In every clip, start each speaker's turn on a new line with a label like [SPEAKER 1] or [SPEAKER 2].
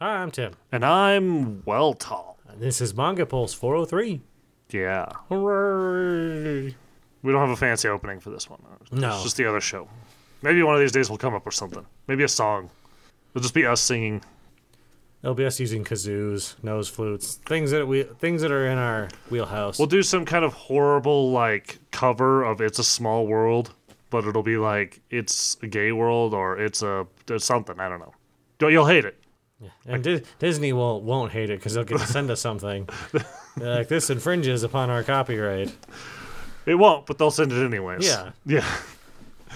[SPEAKER 1] Hi, I'm Tim.
[SPEAKER 2] And I'm well tall.
[SPEAKER 1] And this is Manga Pulse 403.
[SPEAKER 2] Yeah.
[SPEAKER 1] Hooray!
[SPEAKER 2] We don't have a fancy opening for this one.
[SPEAKER 1] No.
[SPEAKER 2] It's just the other show. Maybe one of these days we'll come up with something. Maybe a song. It'll just be us singing.
[SPEAKER 1] It'll be us using kazoos, nose flutes, things that we things that are in our wheelhouse.
[SPEAKER 2] We'll do some kind of horrible, like, cover of It's a Small World, but it'll be like It's a Gay World or It's a it's something. I don't know. You'll- You'll hate it.
[SPEAKER 1] and Di- Disney will won't hate it because they'll get to send us something They're like this infringes upon our copyright.
[SPEAKER 2] It won't, but they'll send it anyways.
[SPEAKER 1] Yeah.
[SPEAKER 2] Yeah.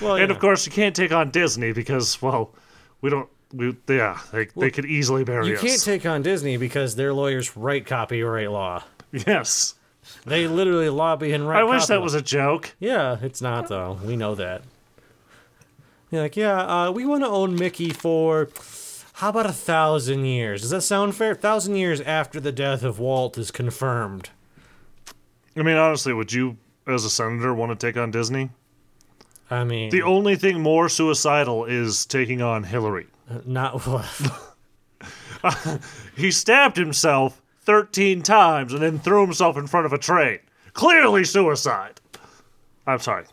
[SPEAKER 1] Well,
[SPEAKER 2] And
[SPEAKER 1] yeah.
[SPEAKER 2] of course, you can't take on Disney because, well, we don't. We, yeah, they, they could easily bury
[SPEAKER 1] you
[SPEAKER 2] us.
[SPEAKER 1] can't take on Disney because their lawyers write copyright law.
[SPEAKER 2] yes.
[SPEAKER 1] They literally lobby and write.
[SPEAKER 2] I wish that
[SPEAKER 1] copyright.
[SPEAKER 2] was a joke.
[SPEAKER 1] Yeah, it's not though. We know that. You're like, yeah, uh, we want to own Mickey for how about a thousand years? Does that sound fair? Thousand years after the death of Walt is confirmed.
[SPEAKER 2] I mean, honestly, would you, as a senator, want to take on Disney?
[SPEAKER 1] I mean,
[SPEAKER 2] The only thing more suicidal is taking on Hillary.
[SPEAKER 1] not
[SPEAKER 2] He stabbed himself 13 times and then threw himself in front of a train. Clearly suicide. I'm sorry.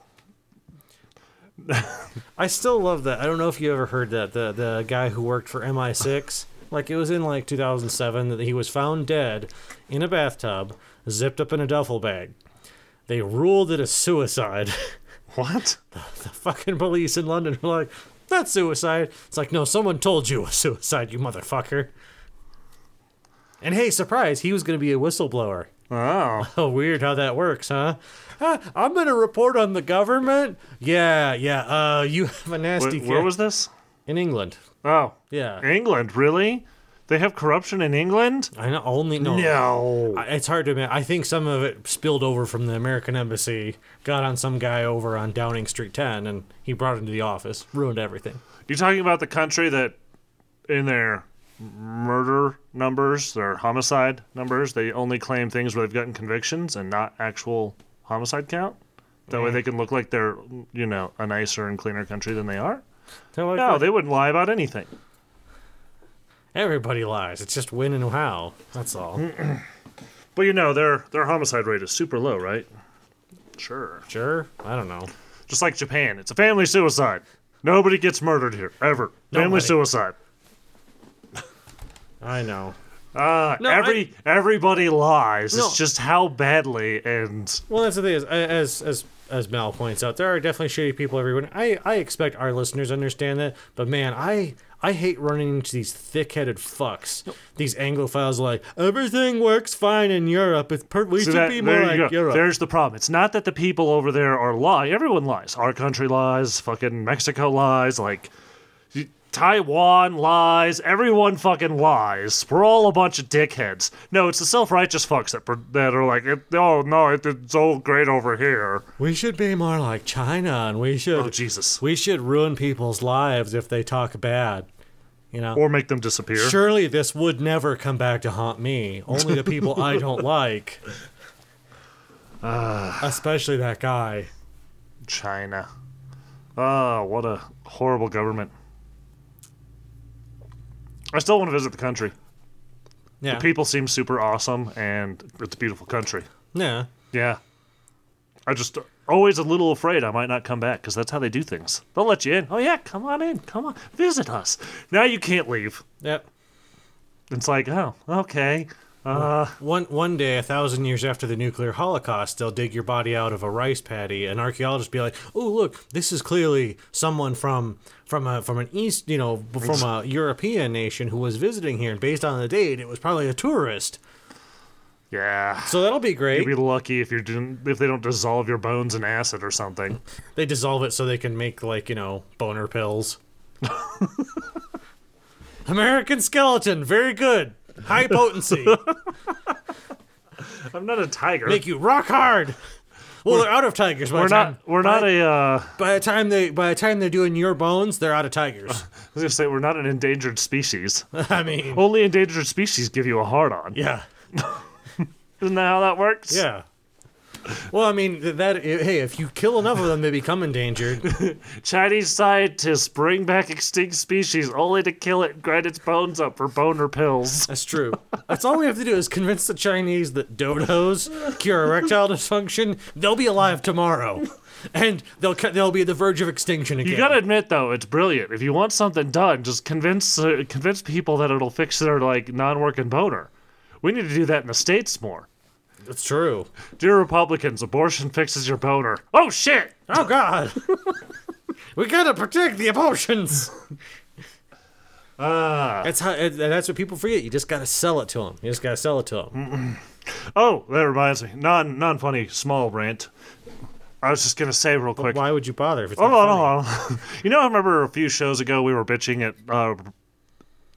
[SPEAKER 1] I still love that. I don't know if you ever heard that the the guy who worked for MI6, like it was in like 2007 that he was found dead in a bathtub, zipped up in a duffel bag. They ruled it a suicide.
[SPEAKER 2] What?
[SPEAKER 1] fucking police in London were like, that's suicide. It's like, no, someone told you it was suicide, you motherfucker. And hey, surprise, he was going to be a whistleblower.
[SPEAKER 2] Oh.
[SPEAKER 1] Oh, weird how that works, huh? Huh, I'm going to report on the government? Yeah, yeah. Uh, you have a
[SPEAKER 2] Wh-
[SPEAKER 1] nasty
[SPEAKER 2] where
[SPEAKER 1] ca-
[SPEAKER 2] was this?
[SPEAKER 1] In England.
[SPEAKER 2] Oh.
[SPEAKER 1] Yeah.
[SPEAKER 2] England, really? They have corruption in England?
[SPEAKER 1] I know, only, no.
[SPEAKER 2] No.
[SPEAKER 1] I- It's hard to admit. I think some of it spilled over from the American embassy, got on some guy over on Downing Street 10, and he brought him to the office, ruined everything.
[SPEAKER 2] You're talking about the country that, in their murder numbers, their homicide numbers, they only claim things where they've gotten convictions and not actual homicide count? That way they can look like they're, you know, a nicer and cleaner country than they are?
[SPEAKER 1] They're like,
[SPEAKER 2] No, they wouldn't lie about anything.
[SPEAKER 1] Everybody lies. It's just when and how. That's all.
[SPEAKER 2] Mm. But you know, their their homicide rate is super low, right? Sure.
[SPEAKER 1] sure. I don't know.
[SPEAKER 2] Just like Japan, it's a family suicide. Nobody gets murdered here ever. Family
[SPEAKER 1] Nobody.
[SPEAKER 2] suicide.
[SPEAKER 1] I know.
[SPEAKER 2] Uh,
[SPEAKER 1] No,
[SPEAKER 2] every everybody lies.
[SPEAKER 1] No.
[SPEAKER 2] It's just how badly and
[SPEAKER 1] Well, that's the thing is, a- as as as Mal points out, there are definitely shitty people everywhere. I I expect our listeners to understand that, but man, I I hate running into these thick-headed fucks. These Anglophiles are like everything works fine in Europe. It's per- we
[SPEAKER 2] So
[SPEAKER 1] should
[SPEAKER 2] that-
[SPEAKER 1] be
[SPEAKER 2] there
[SPEAKER 1] more
[SPEAKER 2] you
[SPEAKER 1] like
[SPEAKER 2] go.
[SPEAKER 1] Europe.
[SPEAKER 2] There's the problem. It's not that the people over there are lie. Everyone lies. Our country lies. Fucking Mexico lies. Like y- Taiwan lies. Everyone fucking lies. We're all a bunch of dickheads. No, it's the self-righteous fucks that pr- that are like, it, oh no, it, it's all great over here.
[SPEAKER 1] we should be more like China, and we should
[SPEAKER 2] Oh Jesus.
[SPEAKER 1] we should ruin people's lives if they talk bad. You know.
[SPEAKER 2] Or make them disappear.
[SPEAKER 1] Surely this would never come back to haunt me. Only the people I don't like. Especially that guy.
[SPEAKER 2] China. Oh, what a horrible government. I still want to visit the country.
[SPEAKER 1] Yeah.
[SPEAKER 2] People seem super awesome, and it's a beautiful country.
[SPEAKER 1] yeah.
[SPEAKER 2] Yeah. I just always a little afraid I might not come back because that's how they do things. They'll let you in. Oh yeah, come on in. Come on, visit us. Now you can't leave.
[SPEAKER 1] Yep.
[SPEAKER 2] It's like, oh, okay. Uh,
[SPEAKER 1] One one day, a thousand years after the nuclear holocaust, they'll dig your body out of a rice paddy, and archaeologists be like, "Oh, look, this is clearly someone from from a from an east, you know, from a European nation who was visiting here, and based on the date, it was probably a tourist."
[SPEAKER 2] yeah.
[SPEAKER 1] So that'll be great.
[SPEAKER 2] You'd be lucky if you didn't if they don't dissolve your bones in acid or something.
[SPEAKER 1] They dissolve it so they can make like you know boner pills. American skeleton, very good, high potency,
[SPEAKER 2] I'm not a tiger.
[SPEAKER 1] make you rock hard. Well, they're out of tigers by
[SPEAKER 2] we're
[SPEAKER 1] the time.
[SPEAKER 2] not. We're not
[SPEAKER 1] by,
[SPEAKER 2] a. Uh,
[SPEAKER 1] by the time they by the time they're doing your bones, they're out of tigers.
[SPEAKER 2] I was gonna say we're not an endangered species.
[SPEAKER 1] I mean,
[SPEAKER 2] Only endangered species give you a hard on.
[SPEAKER 1] yeah,
[SPEAKER 2] Isn't that how that works?
[SPEAKER 1] yeah. Well, I mean th- that. Hey, if you kill enough of them, they become endangered.
[SPEAKER 2] Chinese scientists bring back extinct species only to kill it and grind its bones up for boner pills.
[SPEAKER 1] That's true. That's all we have to do is convince the Chinese that dodos cure erectile dysfunction. They'll be alive tomorrow, and they'll ca- they'll be at the verge of extinction again.
[SPEAKER 2] You gotta admit though, it's brilliant. If you want something done, just convince uh, convince people that it'll fix their like non-working boner. We need to do that in the states more.
[SPEAKER 1] That's true.
[SPEAKER 2] Dear Republicans, abortion fixes your boner. Oh shit!
[SPEAKER 1] Oh God. We gotta protect the abortions.
[SPEAKER 2] Ah.
[SPEAKER 1] That's how. and That's what people forget. You just gotta sell it to them. You just gotta sell it to them.
[SPEAKER 2] Mm. Oh, that reminds me. Non non funny small rant. I was just gonna say real quick.
[SPEAKER 1] Why would you bother? If it's
[SPEAKER 2] Hold
[SPEAKER 1] not
[SPEAKER 2] on,
[SPEAKER 1] funny?
[SPEAKER 2] hold on. Oh, You know, I remember a few shows ago we were bitching at uh,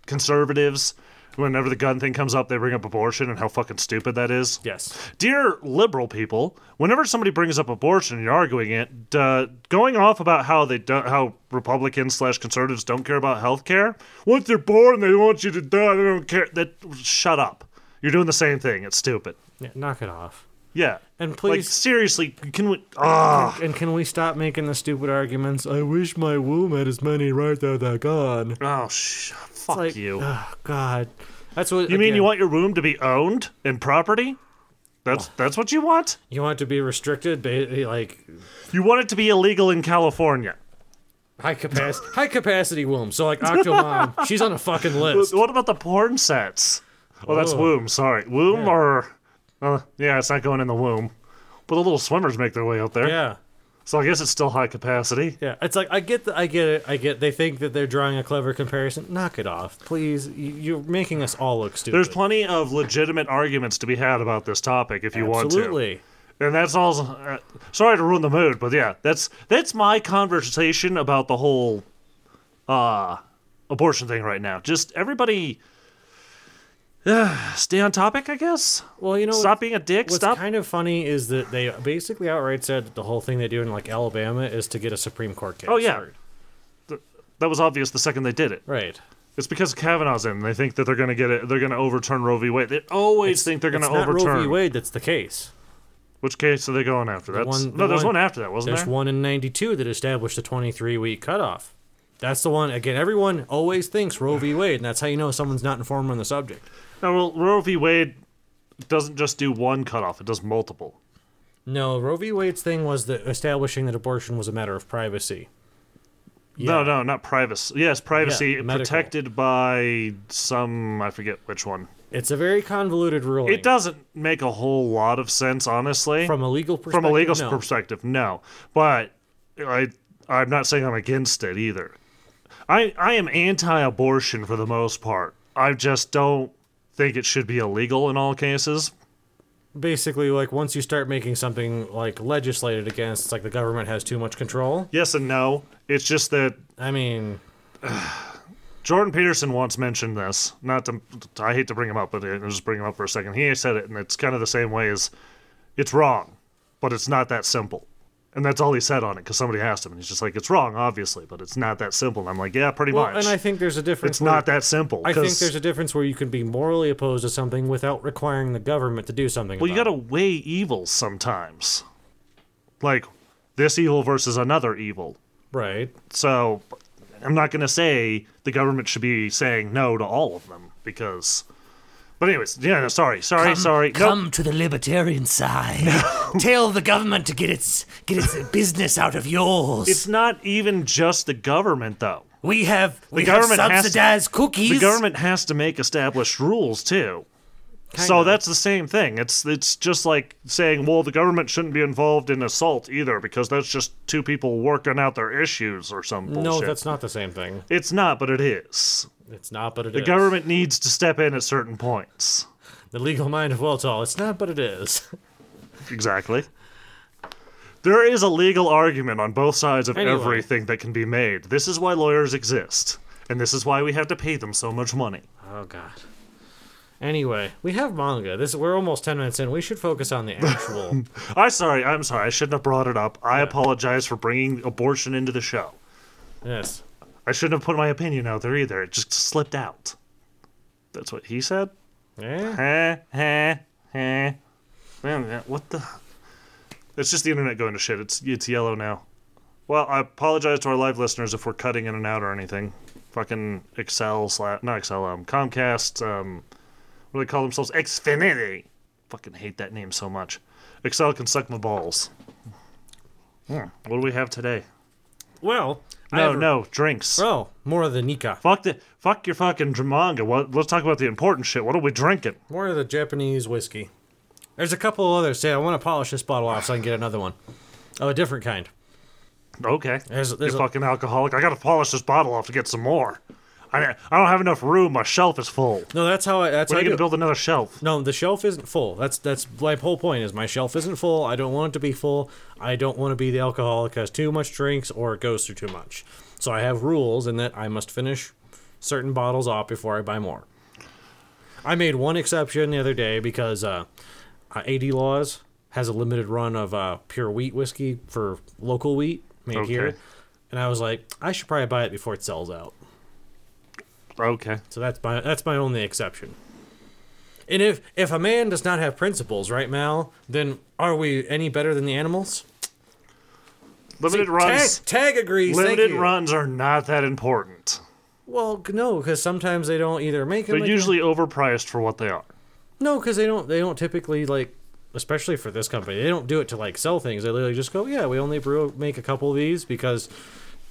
[SPEAKER 2] conservatives. Whenever the gun thing comes up, they bring up abortion and how fucking stupid that is.
[SPEAKER 1] Yes.
[SPEAKER 2] Dear liberal people, whenever somebody brings up abortion and you're arguing it, uh, going off about how they do, how Republicans slash conservatives don't care about health care, once they're born, they want you to die. They don't care. That shut up. You're doing the same thing. It's stupid.
[SPEAKER 1] Yeah, knock it off.
[SPEAKER 2] Yeah.
[SPEAKER 1] And
[SPEAKER 2] Like
[SPEAKER 1] please.
[SPEAKER 2] seriously, can we? Ah.
[SPEAKER 1] and can we stop making the stupid arguments? I wish my womb had as many right there that gone. It's
[SPEAKER 2] Oh, sh- fuck
[SPEAKER 1] like,
[SPEAKER 2] you.
[SPEAKER 1] Oh, God. That's what
[SPEAKER 2] You mean you want your room to be owned and property?
[SPEAKER 1] Oh.
[SPEAKER 2] That's that's what you want.
[SPEAKER 1] you want to be restricted, ba- like
[SPEAKER 2] You want it to be illegal in California.
[SPEAKER 1] high capacity, high capacity womb. So like Octomom, she's on a fucking list.
[SPEAKER 2] What about the porn sets? Oh, that's
[SPEAKER 1] Oh.
[SPEAKER 2] womb. Sorry, womb or uh, yeah, it's not going in the womb. But the little swimmers make their way out there,
[SPEAKER 1] Yeah,
[SPEAKER 2] so I guess it's still high capacity.
[SPEAKER 1] yeah. It's like I get, the, I get it, I get. They think that they're drawing a clever comparison. Knock it off, please. You, you're making us all look stupid.
[SPEAKER 2] There's plenty of legitimate arguments to be had about this topic if you want to.
[SPEAKER 1] absolutely.
[SPEAKER 2] And that's all. Uh, sorry to ruin the mood, but yeah, that's that's my conversation about the whole uh, abortion thing right now. Just everybody uh, stay on topic, I guess.
[SPEAKER 1] Well, you know,
[SPEAKER 2] Stop being a dick.
[SPEAKER 1] What's
[SPEAKER 2] Stop.
[SPEAKER 1] kind of funny is that they basically outright said that the whole thing they do in like Alabama is to get a Supreme Court case.
[SPEAKER 2] oh yeah, Th- that was obvious the second they did it.
[SPEAKER 1] right.
[SPEAKER 2] It's because Kavanaugh's in. They think that they're going to get it. They're going to overturn Roe v. Wade. They always think they're going
[SPEAKER 1] It's
[SPEAKER 2] to
[SPEAKER 1] not Roe v.
[SPEAKER 2] overturn.
[SPEAKER 1] Wade that's the case.
[SPEAKER 2] Which case are they going after? That's
[SPEAKER 1] one- the
[SPEAKER 2] no. There's
[SPEAKER 1] one-
[SPEAKER 2] one, after that, wasn't
[SPEAKER 1] There's
[SPEAKER 2] there?
[SPEAKER 1] one in '92 that established a 23-week cutoff. That's the one. Again, everyone always thinks Roe v. Wade, and that's how you know someone's not informed on the subject.
[SPEAKER 2] No, well, Roe v. Wade doesn't just do one cutoff; it does multiple.
[SPEAKER 1] No, Roe v. Wade's thing was that establishing that abortion was a matter of privacy.
[SPEAKER 2] No, no, not privacy. Yes, privacy
[SPEAKER 1] Yeah, medical.
[SPEAKER 2] protected by some I forget which one.
[SPEAKER 1] It's a very convoluted ruling.
[SPEAKER 2] It doesn't make a whole lot of sense, honestly.
[SPEAKER 1] from a legal perspective.
[SPEAKER 2] From a legal
[SPEAKER 1] no.
[SPEAKER 2] perspective, no. But I I'm not saying I'm against it either. I I am anti-abortion for the most part. I just don't think it should be illegal in all cases.
[SPEAKER 1] basically like once you start making something like legislated against it's like the government has too much control
[SPEAKER 2] Yes and no. It's just that
[SPEAKER 1] i mean
[SPEAKER 2] Jordan Peterson once mentioned this. Not to, I hate to bring him up, but I'll just bring him up for a second. He said it, and it's kind of the same way as it's wrong, but it's not that simple. And that's all he said on it because somebody asked him, and he's just like, "It's wrong, obviously, but it's not that simple." And I'm like, "Yeah, pretty
[SPEAKER 1] well,
[SPEAKER 2] much.
[SPEAKER 1] and i think there's a difference
[SPEAKER 2] it's not that simple."
[SPEAKER 1] i think
[SPEAKER 2] 'cause-
[SPEAKER 1] there's a difference where you can be morally opposed to something without requiring the government to do something
[SPEAKER 2] well, you
[SPEAKER 1] about
[SPEAKER 2] got to weigh evils sometimes, like this evil versus another evil.
[SPEAKER 1] it. right
[SPEAKER 2] So I'm not going to say the government should be saying no to all of them because. But anyways, yeah, no, sorry, sorry, sorry. Nope.
[SPEAKER 3] Come to the libertarian side. Tell the government to get its get its business out of yours.
[SPEAKER 2] It's not even just the government, though.
[SPEAKER 3] we have we
[SPEAKER 2] government
[SPEAKER 3] have
[SPEAKER 2] has to-
[SPEAKER 3] subsidized cookies.
[SPEAKER 2] The government has to make established rules too. so
[SPEAKER 1] Kinda.
[SPEAKER 2] that's the same thing. It's it's just like saying, well, the government shouldn't be involved in assault either because that's just two people working out their issues or some bullshit.
[SPEAKER 1] no that's not the same thing
[SPEAKER 2] It's not, but it is.
[SPEAKER 1] it's not but it is.
[SPEAKER 2] The government needs to step in at certain points.
[SPEAKER 1] the legal mind of Waltall. it's not but it is
[SPEAKER 2] Exactly. There is a legal argument on both sides of
[SPEAKER 1] Anyway.
[SPEAKER 2] everything that can be made. This is why lawyers exist, and this is why we have to pay them so much money.
[SPEAKER 1] oh god anyway we have manga this we're almost 10 minutes in we should focus on the actual
[SPEAKER 2] I sorry, I'm sorry. I shouldn't have brought it up. I apologize for bringing abortion into the show.
[SPEAKER 1] yes
[SPEAKER 2] I shouldn't have put my opinion out there either. It just slipped out. That's what he said.
[SPEAKER 1] Eh?
[SPEAKER 2] Heh, heh, heh. Man, that- What the? It's just the internet going to shit. It's it's yellow now. Well, I apologize to our live listeners if we're cutting in and out or anything. Fucking Excel slash not Excel um Comcast um what do they call themselves Xfinity. Fucking hate that name so much. Excel can suck my balls. Hmm. What do we have today?
[SPEAKER 1] Well, I
[SPEAKER 2] No,
[SPEAKER 1] have a-
[SPEAKER 2] no drinks.
[SPEAKER 1] Oh, more of the Nika.
[SPEAKER 2] Fuck the fuck your fucking manga. What, let's talk about the important shit. What are we drinking?
[SPEAKER 1] More of the Japanese whiskey. There's a couple others. Say, I want to polish this bottle off so I can get another one. Oh, a different kind.
[SPEAKER 2] Okay.
[SPEAKER 1] There's-
[SPEAKER 2] you
[SPEAKER 1] there's a-
[SPEAKER 2] fucking alcoholic. I gotta polish this bottle off to get some more. I, I don't have enough room. My shelf is full.
[SPEAKER 1] No, that's how I. That's
[SPEAKER 2] When
[SPEAKER 1] how I
[SPEAKER 2] are you
[SPEAKER 1] do.
[SPEAKER 2] gonna
[SPEAKER 1] it.
[SPEAKER 2] build another shelf?
[SPEAKER 1] No, the shelf isn't full. That's that's my whole point. Is my shelf isn't full. I don't want it to be full. I don't want to be the alcoholic who has too much drinks or goes through too much. So I have rules in that I must finish certain bottles off before I buy more. I made one exception the other day because uh, uh, AD Laws has a limited run of uh, pure wheat whiskey for local wheat made
[SPEAKER 2] Okay.
[SPEAKER 1] here, and I was like, I should probably buy it before it sells out.
[SPEAKER 2] Okay.
[SPEAKER 1] So that's my that's my only exception. And if if a man does not have principles, right, Mal, then are we any better than the animals?
[SPEAKER 2] Limited runs.
[SPEAKER 1] Tag, tag agrees. thank
[SPEAKER 2] Limited
[SPEAKER 1] you.
[SPEAKER 2] runs are not that important.
[SPEAKER 1] Well, g- no, because sometimes they don't either make them.
[SPEAKER 2] They're usually overpriced for what they are.
[SPEAKER 1] no, because they don't. They don't typically like, especially for this company, they don't do it to like sell things. They literally just go, yeah, we only brew make a couple of these because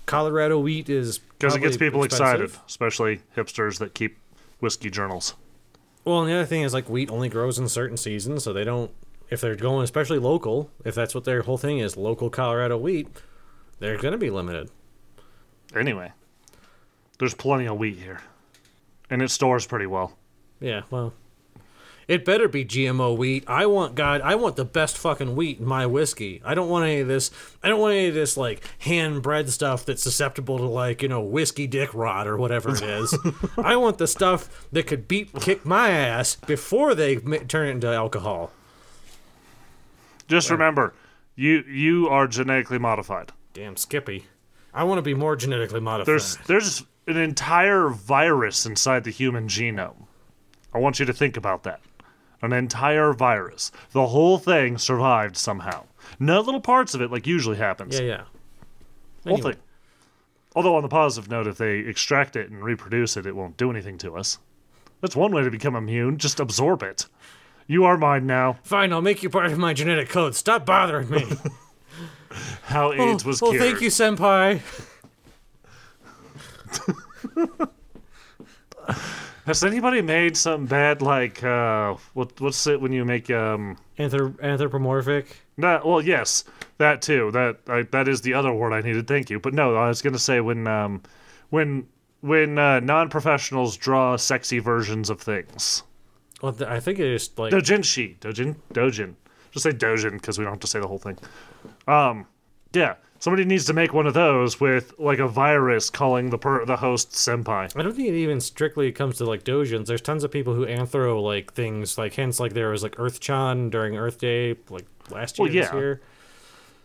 [SPEAKER 1] Colorado wheat is
[SPEAKER 2] Because
[SPEAKER 1] probably
[SPEAKER 2] it gets people
[SPEAKER 1] expensive.
[SPEAKER 2] excited, especially hipsters that keep whiskey journals.
[SPEAKER 1] Well, and the other thing is like wheat only grows in certain seasons, so they don't. If they're going, especially local, if that's what their whole thing is, local Colorado wheat, they're going to be limited.
[SPEAKER 2] Anyway, there's plenty of wheat here, and it stores pretty well.
[SPEAKER 1] Yeah, well, it better be GMO wheat. I want God. I want the best fucking wheat in my whiskey. I don't want any of this. I don't want any of this like hand bred stuff that's susceptible to like you know whiskey dick rot or whatever it is. I want the stuff that could beat kick my ass before they ma- turn it into alcohol.
[SPEAKER 2] Just remember, you you are genetically modified.
[SPEAKER 1] Damn Skippy. I want to be more genetically modified.
[SPEAKER 2] There's there's an entire virus inside the human genome. I want you to think about that. An entire virus. The whole thing survived somehow. No little parts of it like usually happens.
[SPEAKER 1] Yeah, yeah.
[SPEAKER 2] whole
[SPEAKER 1] anyway.
[SPEAKER 2] thing. Although on the positive note, if they extract it and reproduce it, it won't do anything to us. That's one way to become immune. Just absorb it. You are mine now.
[SPEAKER 1] Fine, I'll make you part of my genetic code. Stop bothering me.
[SPEAKER 2] How AIDS was
[SPEAKER 1] well,
[SPEAKER 2] cured.
[SPEAKER 1] Oh, thank you, senpai.
[SPEAKER 2] Has anybody made something bad like uh, what? What's it when you make um?
[SPEAKER 1] Anthrop- anthropomorphic.
[SPEAKER 2] That well, yes, that too. That I, that is the other word I needed. Thank you. But no, I was gonna say when um, when when uh, non-professionals draw sexy versions of things.
[SPEAKER 1] Well, th- I think it is like
[SPEAKER 2] Dojinshi, dojin, dojin. Just say dojin because we don't have to say the whole thing. Um, yeah, somebody needs to make one of those with like a virus calling the per- the host senpai.
[SPEAKER 1] I don't think it even strictly comes to like dojins. There's tons of people who anthro like things like hence like there was like Earthchan during Earth Day like last year
[SPEAKER 2] Well,
[SPEAKER 1] this
[SPEAKER 2] yeah.
[SPEAKER 1] year.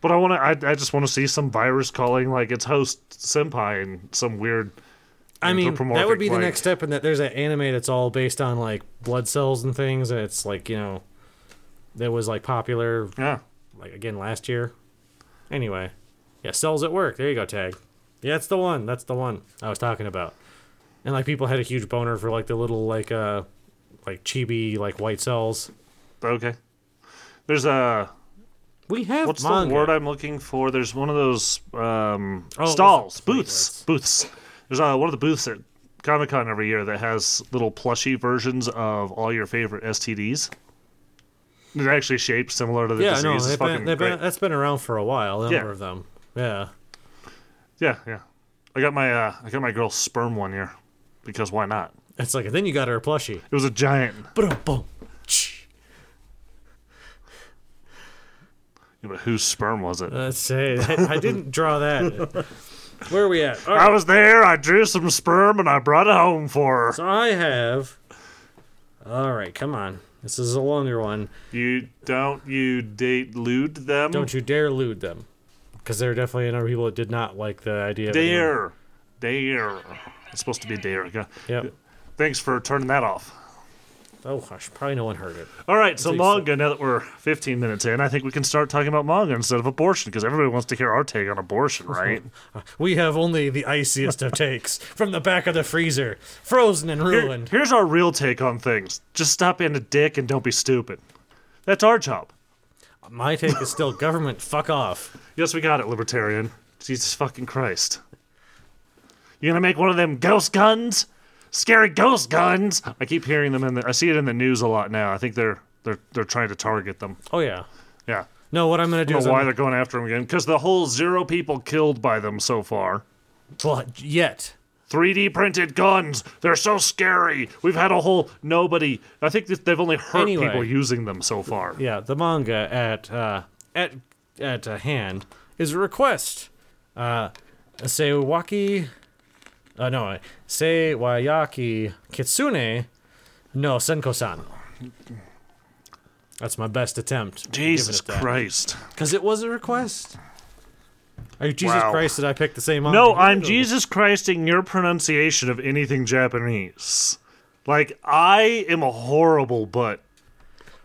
[SPEAKER 2] But I want to. I, I just want to see some virus calling like its host senpai and some weird.
[SPEAKER 1] I mean, that would
[SPEAKER 2] anthropomorphic,
[SPEAKER 1] be the
[SPEAKER 2] like-
[SPEAKER 1] next step in that there's an anime that's all based on like blood cells and things and it's like, you know, that was like popular
[SPEAKER 2] Yeah.
[SPEAKER 1] like again last year. Anyway, yeah, cells at work. There you go, tag. Yeah, that's the one. That's the one I was talking about. And like people had a huge boner for like the little like uh like chibi like white cells.
[SPEAKER 2] Okay. There's a
[SPEAKER 1] We have
[SPEAKER 2] what's
[SPEAKER 1] manga.
[SPEAKER 2] the word I'm looking for? There's one of those um,
[SPEAKER 1] Oh, those
[SPEAKER 2] stalls,
[SPEAKER 1] are pretty
[SPEAKER 2] booths, booths. There's uh, one of the booths at Comic Con every year that has little plushy versions of all your favorite STDs. It's actually shaped similar to the
[SPEAKER 1] yeah,
[SPEAKER 2] disease.
[SPEAKER 1] no,
[SPEAKER 2] It's
[SPEAKER 1] they've
[SPEAKER 2] fucking
[SPEAKER 1] been, they've
[SPEAKER 2] great.
[SPEAKER 1] been, that's been around for a while. A number
[SPEAKER 2] Yeah.
[SPEAKER 1] of them. Yeah. uh,
[SPEAKER 2] yeah, yeah. I got my uh, I got my girl's sperm one year because why not?
[SPEAKER 1] It's like then you got her a plushie.
[SPEAKER 2] It was a giant.
[SPEAKER 1] Ba-dum-bum. Shh.
[SPEAKER 2] Yeah, But whose sperm was it?
[SPEAKER 1] Let's say I, I didn't draw that. Where are we at? All right.
[SPEAKER 2] I was there. I drew some sperm and I brought it home for her.
[SPEAKER 1] So I have. All right, come on. This is a longer one.
[SPEAKER 2] You don't you date lewd them?
[SPEAKER 1] Don't you dare lewd them. Because there are definitely a number of people that did not like the idea of it.
[SPEAKER 2] Dare. Dare. It's supposed to be dare. Go-
[SPEAKER 1] Yep.
[SPEAKER 2] Thanks for turning that off.
[SPEAKER 1] Oh gosh, probably no one heard it.
[SPEAKER 2] All right, so manga. Now that we're 15 minutes in, I think we can start talking about manga instead of abortion because everybody wants to hear our take on abortion, right?
[SPEAKER 1] We have only the iciest of takes from the back of the freezer, frozen and
[SPEAKER 2] Here-
[SPEAKER 1] ruined.
[SPEAKER 2] here's our real take on things: just stop being a dick and don't be stupid. That's our job.
[SPEAKER 1] My take is still government. Fuck off.
[SPEAKER 2] Yes, we got it, libertarian. Jesus fucking Christ! You gonna make one of them ghost guns? Scary ghost guns! I keep hearing them in the. I see it in the news a lot now. I think they're they're they're trying to target them.
[SPEAKER 1] Oh yeah.
[SPEAKER 2] Yeah.
[SPEAKER 1] No, what I'm gonna do
[SPEAKER 2] don't
[SPEAKER 1] is
[SPEAKER 2] know
[SPEAKER 1] I'm
[SPEAKER 2] why they're going after him again because the whole zero people killed by them so far.
[SPEAKER 1] But yet,
[SPEAKER 2] 3D printed guns. They're so scary. We've had a whole nobody. I think that they've only hurt
[SPEAKER 1] Anyway.
[SPEAKER 2] people using them so far.
[SPEAKER 1] yeah, the manga at uh, at at uh, hand is a request. Uh, Seiwaki, uh, no, Seiwayaki Kitsune, no Senko-san. That's my best attempt.
[SPEAKER 2] Jesus Christ.
[SPEAKER 1] Because it was a request. Are you Jesus
[SPEAKER 2] Wow.
[SPEAKER 1] Christ? Did I pick the same? manga?
[SPEAKER 2] No, I'm Jesus Christing your pronunciation of anything Japanese. Like I am a horrible but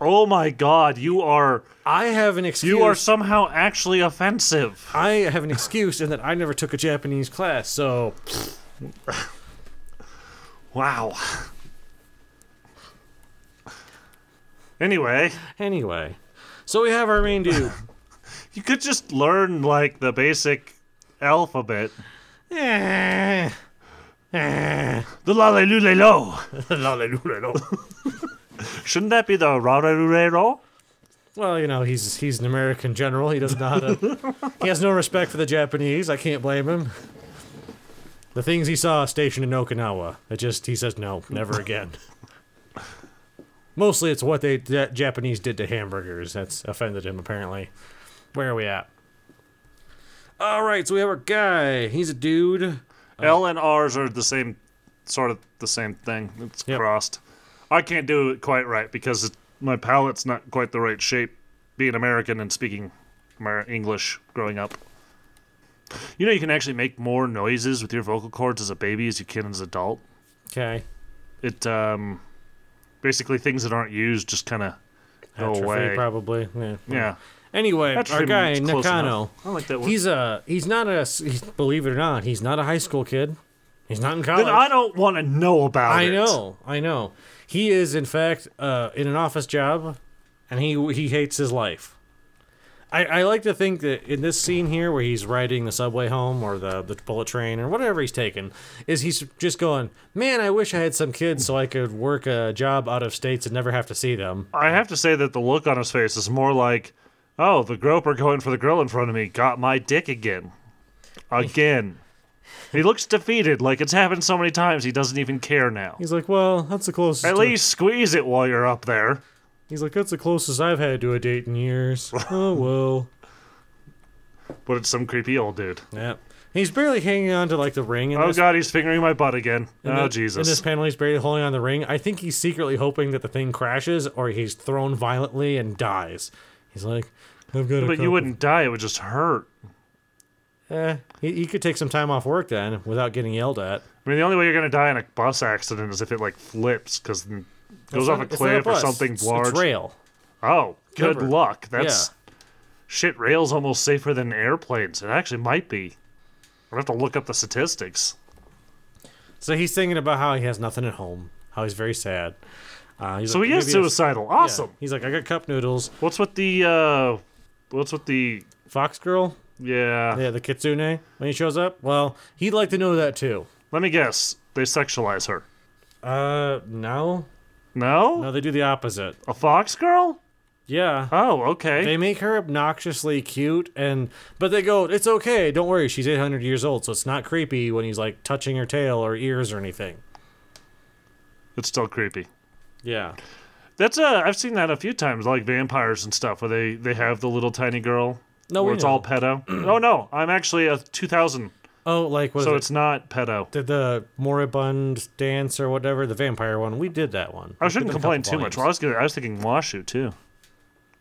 [SPEAKER 2] Oh my god, you are
[SPEAKER 1] I have an excuse.
[SPEAKER 2] you are somehow actually offensive.
[SPEAKER 1] I have an excuse in that I never took a Japanese class, so
[SPEAKER 2] Wow. Anyway,
[SPEAKER 1] Anyway, so we have our main dude.
[SPEAKER 2] you could just learn like the basic alphabet.
[SPEAKER 1] Eh, eh.
[SPEAKER 2] The la le lu le lo.
[SPEAKER 1] well,
[SPEAKER 2] Shouldn't that be the ra ra lu re ro?
[SPEAKER 1] you know, he's he's an American general. He doesn't know how to. he has no respect for the Japanese. I can't blame him. The things he saw stationed in Okinawa, it just he says no, never again. Mostly, it's what they the Japanese did to hamburgers that's offended him. Apparently, where are we at? All right, so we have our guy. He's a dude.
[SPEAKER 2] L and R's are the same, sort of the same thing. It's
[SPEAKER 1] Yep.
[SPEAKER 2] crossed. I can't do it quite right because it, my palate's not quite the right shape. Being American and speaking Amer- English growing up. You know, you can actually make more noises with your vocal cords as a baby as you can as an adult.
[SPEAKER 1] Okay,
[SPEAKER 2] it um basically things that aren't used just kind of go
[SPEAKER 1] Atrophy,
[SPEAKER 2] away.
[SPEAKER 1] probably. Yeah.
[SPEAKER 2] Yeah,
[SPEAKER 1] Anyway, our
[SPEAKER 2] Atrophy
[SPEAKER 1] guy
[SPEAKER 2] means close
[SPEAKER 1] Nakano.
[SPEAKER 2] enough. I like that word.
[SPEAKER 1] He's a he's not a he's, believe it or not he's not a high school kid. He's not in college.
[SPEAKER 2] Then I don't want to know about
[SPEAKER 1] I
[SPEAKER 2] it.
[SPEAKER 1] know, I know. He is in fact uh, in an office job, and he he hates his life. I, I like to think that in this scene here, where he's riding the subway home or the the bullet train or whatever he's taking, is he's just going, man, I wish I had some kids so I could work a job out of states and never have to see them.
[SPEAKER 2] I have to say that the look on his face is more like, "Oh, the groper going for the girl in front of me got my dick again, again." he looks defeated, like it's happened so many times he doesn't even care now.
[SPEAKER 1] He's like, well, that's the closest.
[SPEAKER 2] At
[SPEAKER 1] to-
[SPEAKER 2] least squeeze it while you're up there.
[SPEAKER 1] He's like, that's the closest I've had to a date in years. oh well.
[SPEAKER 2] But it's some creepy old dude.
[SPEAKER 1] Yeah. He's barely hanging on to like the ring. In
[SPEAKER 2] Oh
[SPEAKER 1] this,
[SPEAKER 2] god, he's fingering my butt again.
[SPEAKER 1] in
[SPEAKER 2] oh
[SPEAKER 1] thi-
[SPEAKER 2] Jesus.
[SPEAKER 1] In this panel, he's barely holding on the ring. I think he's secretly hoping that the thing crashes or he's thrown violently and dies. He's like, I've got. a
[SPEAKER 2] but
[SPEAKER 1] couple-
[SPEAKER 2] you wouldn't die; it would just hurt.
[SPEAKER 1] Eh, he, he could take some time off work then without getting yelled at.
[SPEAKER 2] I mean, the only way you're gonna die in a bus accident is if it like flips because it goes
[SPEAKER 1] It's
[SPEAKER 2] off
[SPEAKER 1] not- it's
[SPEAKER 2] a
[SPEAKER 1] not
[SPEAKER 2] cliff or
[SPEAKER 1] bus.
[SPEAKER 2] something
[SPEAKER 1] It's-
[SPEAKER 2] large.
[SPEAKER 1] It's rail.
[SPEAKER 2] oh, good
[SPEAKER 1] Remember.
[SPEAKER 2] luck. That's shit. Rails almost safer than airplanes. It actually might be. I have to look up the statistics.
[SPEAKER 1] So he's thinking about how he has nothing at home, how he's very sad. Uh, he's
[SPEAKER 2] So
[SPEAKER 1] like,
[SPEAKER 2] he is
[SPEAKER 1] "Maybe it's-
[SPEAKER 2] suicidal.
[SPEAKER 1] yeah."
[SPEAKER 2] Awesome.
[SPEAKER 1] He's like, I got cup noodles.
[SPEAKER 2] What's with the uh? What's with the
[SPEAKER 1] Fox girl,
[SPEAKER 2] yeah?
[SPEAKER 1] Yeah, the kitsune when he shows up. Well, he'd like to know that too.
[SPEAKER 2] Let me guess. They sexualize her.
[SPEAKER 1] Uh, no,
[SPEAKER 2] No,
[SPEAKER 1] no, they do the opposite.
[SPEAKER 2] a fox girl.
[SPEAKER 1] Yeah,
[SPEAKER 2] Oh, okay.
[SPEAKER 1] they make her obnoxiously cute, and but they go, it's okay, don't worry, she's 800 years old, so it's not creepy when he's like touching her tail or ears or anything.
[SPEAKER 2] it's still creepy.
[SPEAKER 1] Yeah,
[SPEAKER 2] That's uh, I've seen that a few times, like vampires and stuff, where they they have the little tiny girl.
[SPEAKER 1] No,
[SPEAKER 2] where
[SPEAKER 1] we
[SPEAKER 2] it's
[SPEAKER 1] know.
[SPEAKER 2] all pedo. oh no, I'm actually a 2000,
[SPEAKER 1] oh, like what is
[SPEAKER 2] so
[SPEAKER 1] it?
[SPEAKER 2] it's not pedo.
[SPEAKER 1] the, the moribund dance or whatever, the vampire one. We did that one.
[SPEAKER 2] I
[SPEAKER 1] We
[SPEAKER 2] shouldn't
[SPEAKER 1] did a
[SPEAKER 2] complain too
[SPEAKER 1] couple
[SPEAKER 2] much. Well, I
[SPEAKER 1] volumes.
[SPEAKER 2] was gonna, I was thinking Washu too,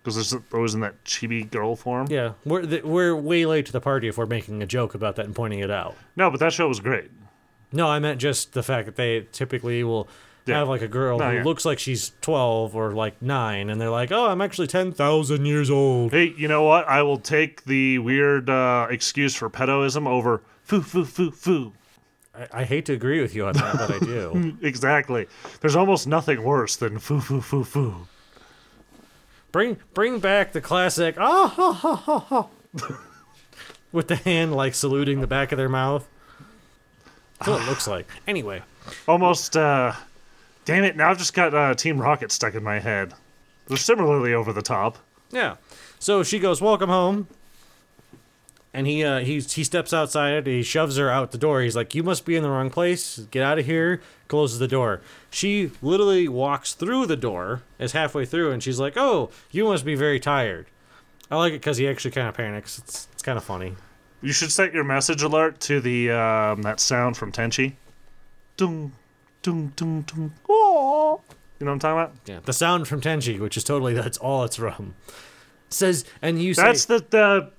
[SPEAKER 2] because there's always in that chibi girl form.
[SPEAKER 1] Yeah, we're th- we're way late to the party if we're making a joke about that and pointing it out.
[SPEAKER 2] No, but that show was great.
[SPEAKER 1] No, I meant just the fact that they typically will
[SPEAKER 2] Yeah.
[SPEAKER 1] have like a girl
[SPEAKER 2] No,
[SPEAKER 1] who
[SPEAKER 2] yeah.
[SPEAKER 1] looks like she's 12 or like 9 and they're like, "Oh, I'm actually 10,000 years old."
[SPEAKER 2] Hey, you know what? I will take the weird uh, excuse for pedoism over foo foo foo foo.
[SPEAKER 1] I, I hate to agree with you on that, but I do.
[SPEAKER 2] Exactly. There's almost nothing worse than foo foo foo foo.
[SPEAKER 1] Bring bring back the classic. Ah ha ha ha ha. With the hand like saluting the back of their mouth. That's what it looks like. Anyway,
[SPEAKER 2] Almost. Uh, damn it! Now I've just got uh, Team Rocket stuck in my head. They're similarly over the top.
[SPEAKER 1] Yeah. So she goes, "Welcome home." And he uh, he he steps outside. He shoves her out the door. He's like, "You must be in the wrong place. Get out of here." Closes the door. She literally walks through the door. Is halfway through, and she's like, "Oh, you must be very tired." I like it because he actually kind of panics. It's it's kind of funny.
[SPEAKER 2] You should set your message alert to the um, that sound from Tenchi. Dung, dung, dung, dung. Aw. You know what I'm talking about?
[SPEAKER 1] Yeah. The sound from Tenchi, which is totally that's all it's from, says, and you say,
[SPEAKER 2] That's the the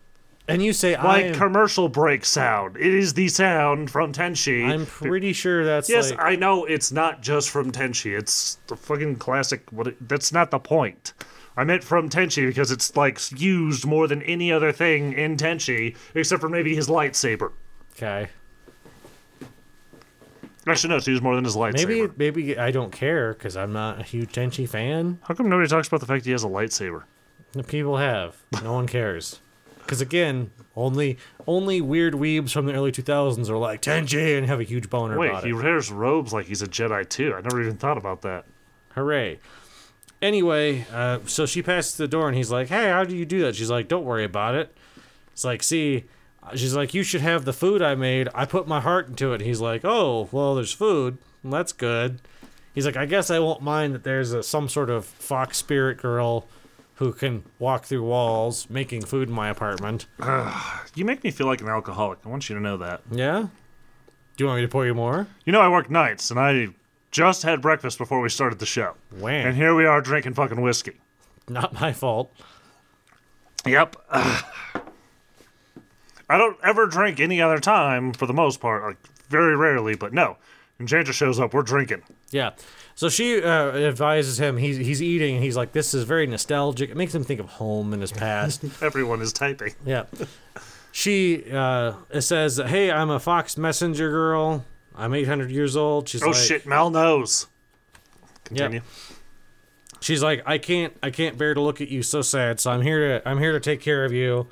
[SPEAKER 1] and you say, I
[SPEAKER 2] like
[SPEAKER 1] am,
[SPEAKER 2] commercial break sound. It is the sound from Tenchi.
[SPEAKER 1] I'm pretty sure that's
[SPEAKER 2] yes,
[SPEAKER 1] like,
[SPEAKER 2] I know it's not just from Tenchi. It's the fucking classic. What? It, that's not the point. I meant from Tenchi because it's like used more than any other thing in Tenchi, except for maybe his lightsaber.
[SPEAKER 1] okay.
[SPEAKER 2] Actually, no, it's used more than his lightsaber.
[SPEAKER 1] Maybe maybe I don't care because I'm not a huge Tenchi fan.
[SPEAKER 2] How come nobody talks about the fact he has a lightsaber?
[SPEAKER 1] The people have. No one cares. Because again, only only weird weebs from the early 2000s are like Tenchi and have a huge boner
[SPEAKER 2] Wait,
[SPEAKER 1] about
[SPEAKER 2] he
[SPEAKER 1] it.
[SPEAKER 2] wears robes like he's a Jedi too. I never even thought about that.
[SPEAKER 1] Hooray. Anyway, uh, so she passes the door and he's like, "Hey, how do you do that?" She's like, "Don't worry about it." It's like, "See." She's like, "You should have the food I made. I put my heart into it." He's like, "Oh, well, there's food. Well, that's good." He's like, "I guess I won't mind that there's a, some sort of fox spirit girl who can walk through walls making food in my apartment."
[SPEAKER 2] You make me feel like an alcoholic. I want you to know that.
[SPEAKER 1] Yeah. Do you want me to pour you more?
[SPEAKER 2] You know, I work nights, and I just had breakfast before we started the show.
[SPEAKER 1] Wham.
[SPEAKER 2] And here we are drinking fucking whiskey.
[SPEAKER 1] Not my fault.
[SPEAKER 2] Yep. I don't ever drink any other time for the most part. Like very rarely, but no. Enchanter shows up, we're drinking.
[SPEAKER 1] Yeah. So she uh, advises him. He's he's eating, and he's like, "This is very nostalgic. It makes him think of home and his past."
[SPEAKER 2] Everyone is typing.
[SPEAKER 1] yeah. She uh, says, "Hey, I'm a fox messenger girl. I'm 800 years old." She's
[SPEAKER 2] Oh
[SPEAKER 1] like,
[SPEAKER 2] shit, Mal knows.
[SPEAKER 1] Yep.
[SPEAKER 2] Continue.
[SPEAKER 1] She's like, "I can't, I can't bear to look at you so sad. So I'm here to, I'm here to take care of you."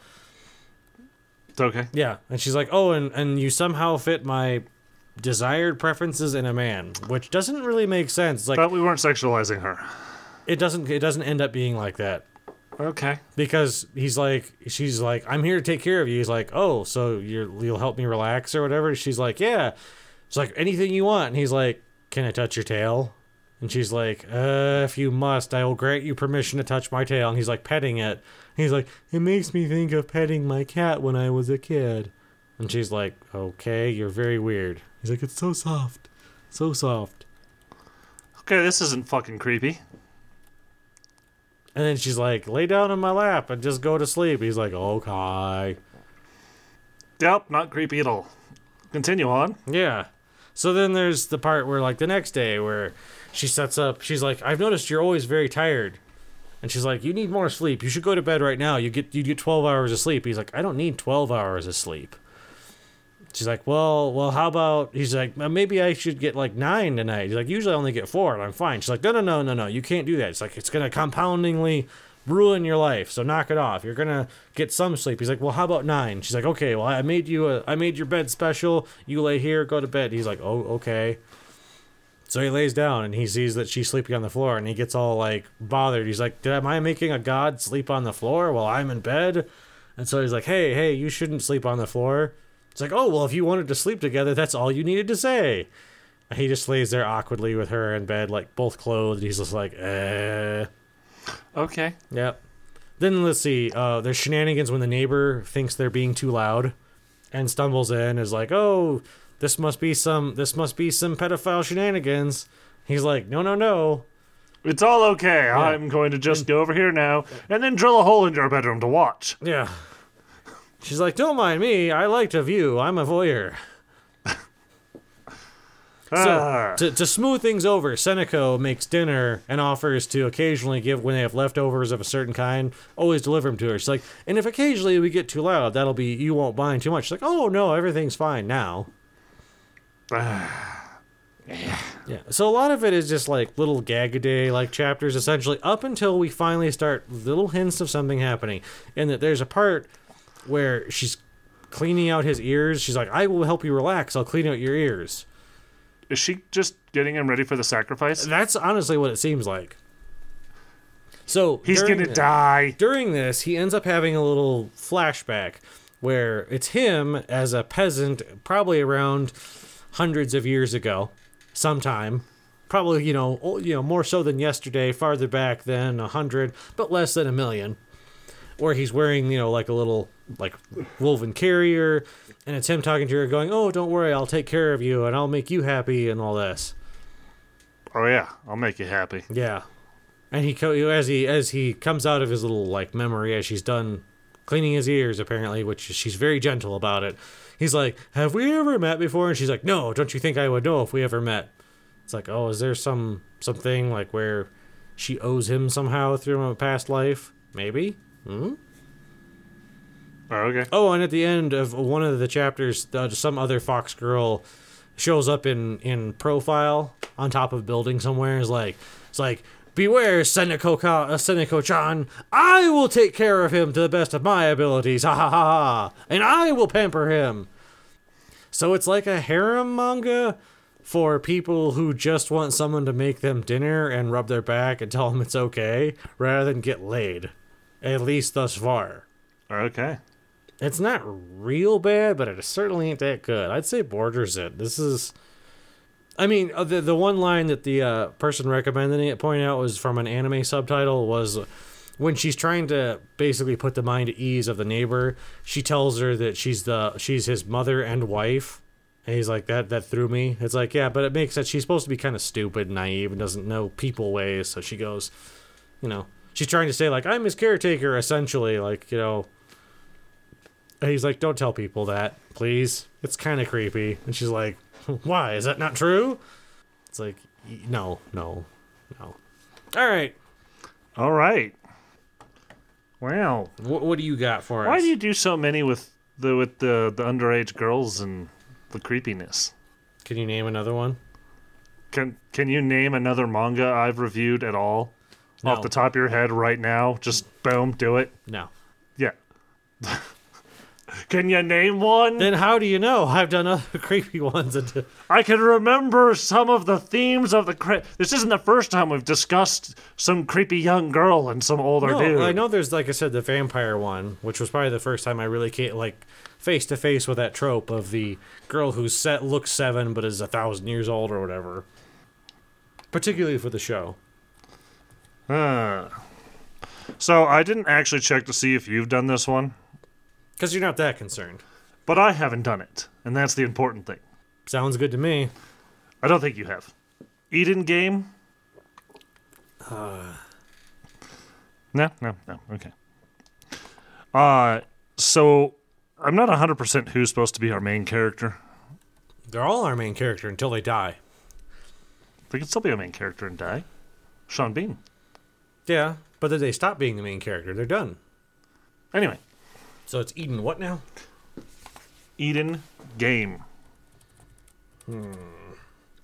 [SPEAKER 2] It's okay.
[SPEAKER 1] Yeah. And she's like, "Oh, and and you somehow fit my." Desired preferences in a man, which doesn't really make sense. Like
[SPEAKER 2] But we weren't sexualizing her.
[SPEAKER 1] it doesn't it doesn't end up being like that
[SPEAKER 2] Okay.
[SPEAKER 1] because he's like she's like I'm here to take care of you. He's like oh so you're, you'll help me relax or whatever. She's like yeah. It's like anything you want. And he's like can I touch your tail? And she's like uh, if you must I will grant you permission to touch my tail. And he's like petting it. He's like it makes me think of petting my cat when I was a kid. And she's like okay you're very weird. He's like it's so soft, so soft.
[SPEAKER 2] Okay, this isn't fucking creepy.
[SPEAKER 1] And then she's like, lay down in my lap and just go to sleep. He's like, okay.
[SPEAKER 2] Yep, not creepy at all. Continue on.
[SPEAKER 1] Yeah. So then there's the part where, like, the next day where she sets up, she's like, I've noticed you're always very tired. And she's like, You need more sleep. You should go to bed right now. You get you get 12 hours of sleep. He's like, I don't need 12 hours of sleep. She's like, Well, well, how about he's like, "Uh, Maybe I should get like nine tonight. He's like, Usually I only get four and I'm fine. She's like, No, no, no, no, no. You can't do that. It's like, It's going to compoundingly ruin your life. So knock it off. You're going to get some sleep. He's like, Well, how about nine? She's like, Okay, well, I made you a, I made your bed special. You lay here, go to bed. He's like, Oh, okay. So he lays down and he sees that she's sleeping on the floor and he gets all like bothered. He's like, "Did am I making a god sleep on the floor while I'm in bed?" And so he's like, "Hey, hey, you shouldn't sleep on the floor." It's like, "Oh, well, if you wanted to sleep together, that's all you needed to say." And he just lays there awkwardly with her in bed, like both clothed. He's just like, "Uh,
[SPEAKER 2] Okay.
[SPEAKER 1] yep." Then let's see. Uh, there's shenanigans when the neighbor thinks they're being too loud, and stumbles in. Is like, "Oh, this must be some this must be some pedophile shenanigans." He's like, "No, no, no."
[SPEAKER 2] It's all okay. I'm going to just go over here now and then drill a hole into your bedroom to watch.
[SPEAKER 1] Yeah. She's like, "Don't mind me. I like to view. I'm a voyeur."
[SPEAKER 2] Ah.
[SPEAKER 1] to, to smooth things over, Seneco makes dinner and offers to occasionally give when they have leftovers of a certain kind, always deliver them to her. She's like, and if occasionally we get too loud, that'll be, you won't mind too much. She's like, oh no, everything's fine now. yeah. So a lot of it is just like little gagaday like chapters, essentially, up until we finally start little hints of something happening. And that there's a part where she's cleaning out his ears. She's like, I will help you relax. I'll clean out your ears.
[SPEAKER 2] Is she just getting him ready for the sacrifice?
[SPEAKER 1] That's honestly what it seems like. So
[SPEAKER 2] He's
[SPEAKER 1] during
[SPEAKER 2] gonna
[SPEAKER 1] the-
[SPEAKER 2] die.
[SPEAKER 1] During this, he ends up having a little flashback where it's him as a peasant, probably around hundreds of years ago, sometime. Probably you know o- you know more so than yesterday, farther back than a hundred, but less than a million. Where he's wearing you know like a little like woven carrier, and it's him talking to her, going, "Oh, don't worry, I'll take care of you, and I'll make you happy, and all this."
[SPEAKER 2] Oh yeah, I'll make you happy.
[SPEAKER 1] Yeah, and he co- as he as he comes out of his little like memory as she's done cleaning his ears apparently, which she's very gentle about it. He's like, "Have we ever met before?" And she's like, "No, don't you think I would know if we ever met?" It's like, "Oh, is there some something like where she owes him somehow through a past life? Maybe."
[SPEAKER 2] Oh, okay.
[SPEAKER 1] Oh, and at the end of one of the chapters, uh, some other fox girl shows up in in profile on top of a building somewhere. And is like, it's like, beware, Seneco uh, Seneco Chan. I will take care of him to the best of my abilities. Ha ha ha ha. And I will pamper him. So it's like a harem manga for people who just want someone to make them dinner and rub their back and tell them it's okay, rather than get laid. At least thus far.
[SPEAKER 2] Oh, okay.
[SPEAKER 1] It's not real bad, but it certainly ain't that good. I'd say borders it. This is, I mean, uh, the the one line that the uh, person recommending it pointed out was from an anime subtitle was when she's trying to basically put the mind at ease of the neighbor. She tells her that she's the she's his mother and wife, and he's like that that threw me. It's like yeah, but it makes sense. She's supposed to be kind of stupid, and naive, and doesn't know people ways. So she goes, you know, she's trying to say like I'm his caretaker essentially, like you know. And he's like, "Don't tell people that, please. It's kind of creepy." And she's like, "Why? Is that not true?" It's like, "Y- "No, no, no." All right,
[SPEAKER 2] All right. Wow.
[SPEAKER 1] what, what do you got for
[SPEAKER 2] Why
[SPEAKER 1] us?
[SPEAKER 2] do you do so many with the with the the underage girls and the creepiness?
[SPEAKER 1] Can you name another one?
[SPEAKER 2] Can can you name another manga I've reviewed at all?
[SPEAKER 1] No.
[SPEAKER 2] Off the top of your head right now, just boom, do it.
[SPEAKER 1] No.
[SPEAKER 2] Yeah. can you name one?
[SPEAKER 1] Then how do you know? I've done other creepy ones. and-
[SPEAKER 2] I can remember some of the themes of the. Cre- this isn't the first time we've discussed some creepy young girl and some older dude.
[SPEAKER 1] No, Oh, I know there's like I said the vampire one, which was probably the first time I really came like face to face with that trope of the girl who's set looks seven but is a thousand years old or whatever. Particularly for the show.
[SPEAKER 2] Huh. So I didn't actually check to see if you've done this one,
[SPEAKER 1] Because you're not that concerned.
[SPEAKER 2] but I haven't done it, and that's the important thing.
[SPEAKER 1] Sounds good to me.
[SPEAKER 2] I don't think you have. Eden game? No, no, no. Okay. Uh, so I'm not 100% who's supposed to be our main character.
[SPEAKER 1] They're all our main character until they die.
[SPEAKER 2] They can still be a main character and die. Sean Bean.
[SPEAKER 1] Yeah, but then they stop being the main character. They're done.
[SPEAKER 2] Anyway,
[SPEAKER 1] So it's Eden. What now?
[SPEAKER 2] Eden game.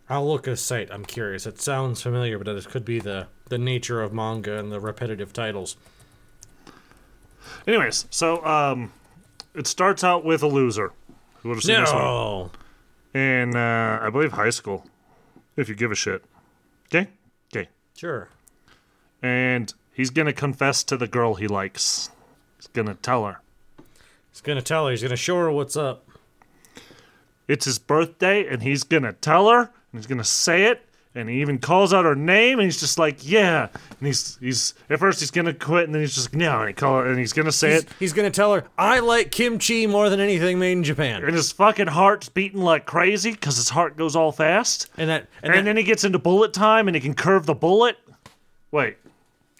[SPEAKER 1] I'll look a site. I'm curious. It sounds familiar, but this could be the the nature of manga and the repetitive titles.
[SPEAKER 2] Anyways, so um, it starts out with a loser. Who would have seen this one?
[SPEAKER 1] No.
[SPEAKER 2] in uh, I believe high school, if you give a shit. Okay, okay.
[SPEAKER 1] Sure.
[SPEAKER 2] And he's gonna confess to the girl he likes. He's gonna tell her
[SPEAKER 1] He's gonna tell her. He's gonna show her what's up.
[SPEAKER 2] it's his birthday, and he's gonna tell her, and he's gonna say it, and he even calls out her name, and he's just like, yeah. And he's he's at first he's gonna quit, and then he's just like, no, and he call her, and he's gonna say
[SPEAKER 1] He's,
[SPEAKER 2] it.
[SPEAKER 1] he's gonna tell her I like kimchi more than anything made in Japan.
[SPEAKER 2] And his fucking heart's beating like crazy because his heart goes all fast.
[SPEAKER 1] And that and,
[SPEAKER 2] And,
[SPEAKER 1] that,
[SPEAKER 2] then he gets into bullet time and he can curve the bullet. Wait,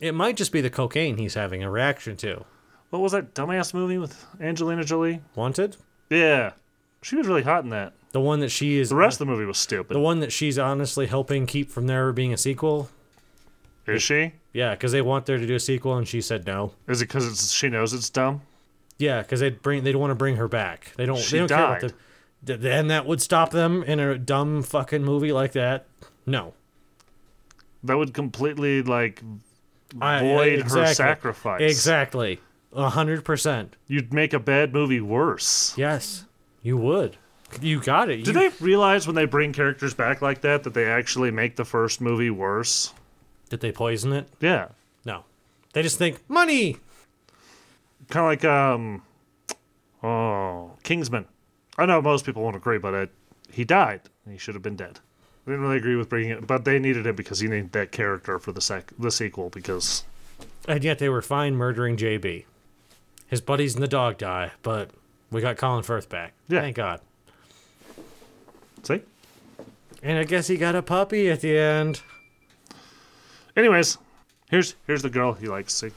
[SPEAKER 1] it might just be the cocaine he's having a reaction to.
[SPEAKER 2] what was that dumbass movie with Angelina Jolie?
[SPEAKER 1] Wanted?
[SPEAKER 2] Yeah. She was really hot in that.
[SPEAKER 1] The one that she is
[SPEAKER 2] The rest of the movie was stupid.
[SPEAKER 1] the one that she's honestly helping keep from there being a sequel.
[SPEAKER 2] Is she?
[SPEAKER 1] Yeah, because they want there to do a sequel, and she said no.
[SPEAKER 2] Is it because she knows it's dumb?
[SPEAKER 1] Yeah, because they bring they want to bring her back. They don't. they
[SPEAKER 2] She
[SPEAKER 1] don't care
[SPEAKER 2] died.
[SPEAKER 1] about the. th- And that would stop them in a dumb fucking movie like that. No,
[SPEAKER 2] That would completely like
[SPEAKER 1] I-
[SPEAKER 2] Void her
[SPEAKER 1] exactly.
[SPEAKER 2] sacrifice.
[SPEAKER 1] Exactly, a hundred percent.
[SPEAKER 2] you'd make a bad movie worse.
[SPEAKER 1] Yes, you would. You got it.
[SPEAKER 2] Do
[SPEAKER 1] You-
[SPEAKER 2] they realize when they bring characters back like that that they actually make the first movie worse?
[SPEAKER 1] Did they poison it?
[SPEAKER 2] Yeah,
[SPEAKER 1] No, they just think money.
[SPEAKER 2] kind of like um, oh, Kingsman. I know most people won't agree, but it, he died. and He should have been dead. I didn't really agree with bringing it, but they needed it because he needed that character for the sec- the sequel because
[SPEAKER 1] And yet they were fine murdering JB. His buddies and the dog die, but we got Colin Firth back.
[SPEAKER 2] Yeah.
[SPEAKER 1] Thank God.
[SPEAKER 2] see.
[SPEAKER 1] And I guess he got a puppy at the end.
[SPEAKER 2] Anyways, here's here's the girl he likes. See.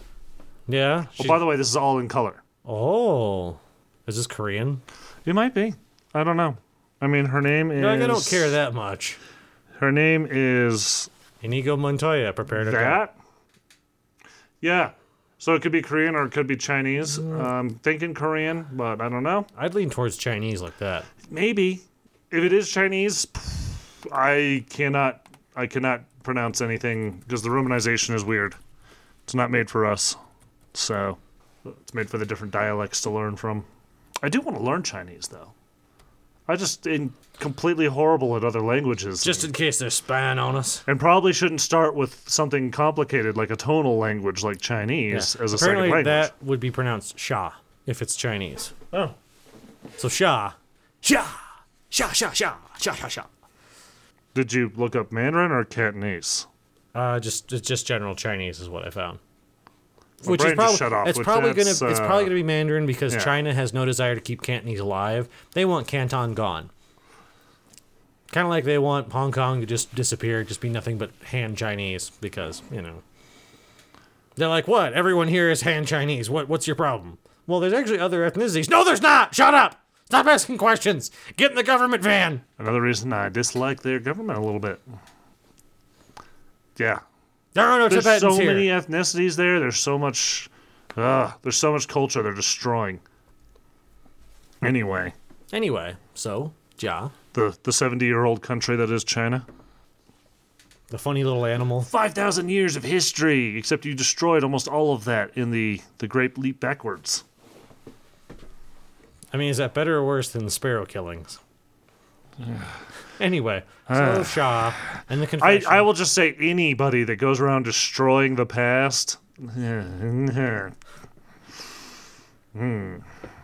[SPEAKER 1] Yeah.
[SPEAKER 2] Well,
[SPEAKER 1] she-
[SPEAKER 2] by the way, this is all in color.
[SPEAKER 1] oh. Is this Korean?
[SPEAKER 2] It might be. I don't know. I mean, her name is.
[SPEAKER 1] Like, I don't care that much.
[SPEAKER 2] Her name is
[SPEAKER 1] Inigo Montoya prepared to go.
[SPEAKER 2] that. Yeah. So it could be Korean or it could be Chinese.
[SPEAKER 1] Mm.
[SPEAKER 2] I'm thinking Korean, but I don't know.
[SPEAKER 1] I'd lean towards Chinese like that.
[SPEAKER 2] Maybe. If it is Chinese, I cannot. I cannot pronounce anything because the romanization is weird. It's not made for us. So it's made for the different dialects to learn from. I do want to learn Chinese though. I just am completely horrible at other languages.
[SPEAKER 1] Just in case they're spying on us.
[SPEAKER 2] and probably shouldn't start with something complicated like a tonal language like Chinese as a
[SPEAKER 1] Apparently,
[SPEAKER 2] second language.
[SPEAKER 1] that would be pronounced Sha if it's Chinese.
[SPEAKER 2] Oh.
[SPEAKER 1] So Sha.
[SPEAKER 3] Sha, sha, sha, sha, sha, sha, sha.
[SPEAKER 2] Did you look up Mandarin or Cantonese?
[SPEAKER 1] Uh, just it's just general Chinese is what I found.
[SPEAKER 2] brain just shut off,
[SPEAKER 1] it's
[SPEAKER 2] which
[SPEAKER 1] probably gonna
[SPEAKER 2] that's,
[SPEAKER 1] it's
[SPEAKER 2] uh,
[SPEAKER 1] probably gonna be Mandarin because
[SPEAKER 2] yeah.
[SPEAKER 1] China has no desire to keep Cantonese alive. They want Canton gone. Kind of like they want Hong Kong to just disappear, just be nothing but Han Chinese because you know they're like, what? Everyone here is Han Chinese. What? What's your problem? Well, there's actually other ethnicities. No, there's not. Shut up. Stop asking questions. Get in the government van.
[SPEAKER 2] Another reason I dislike their government a little bit. Yeah.
[SPEAKER 1] There are no
[SPEAKER 2] There's
[SPEAKER 1] Tibetans
[SPEAKER 2] so
[SPEAKER 1] here.
[SPEAKER 2] many ethnicities there. There's so much. Ugh, there's so much culture they're destroying. Anyway,
[SPEAKER 1] Anyway, so Ja,
[SPEAKER 2] the the 70 year old country that is China.
[SPEAKER 1] the funny little animal.
[SPEAKER 2] 5,000 years of history, except you destroyed almost all of that in the, the Great Leap Backwards.
[SPEAKER 1] I mean, is that better or worse than the sparrow killings? anyway, so Shaw and the
[SPEAKER 2] I,
[SPEAKER 1] confession.
[SPEAKER 2] I will just say anybody that goes around destroying the past. I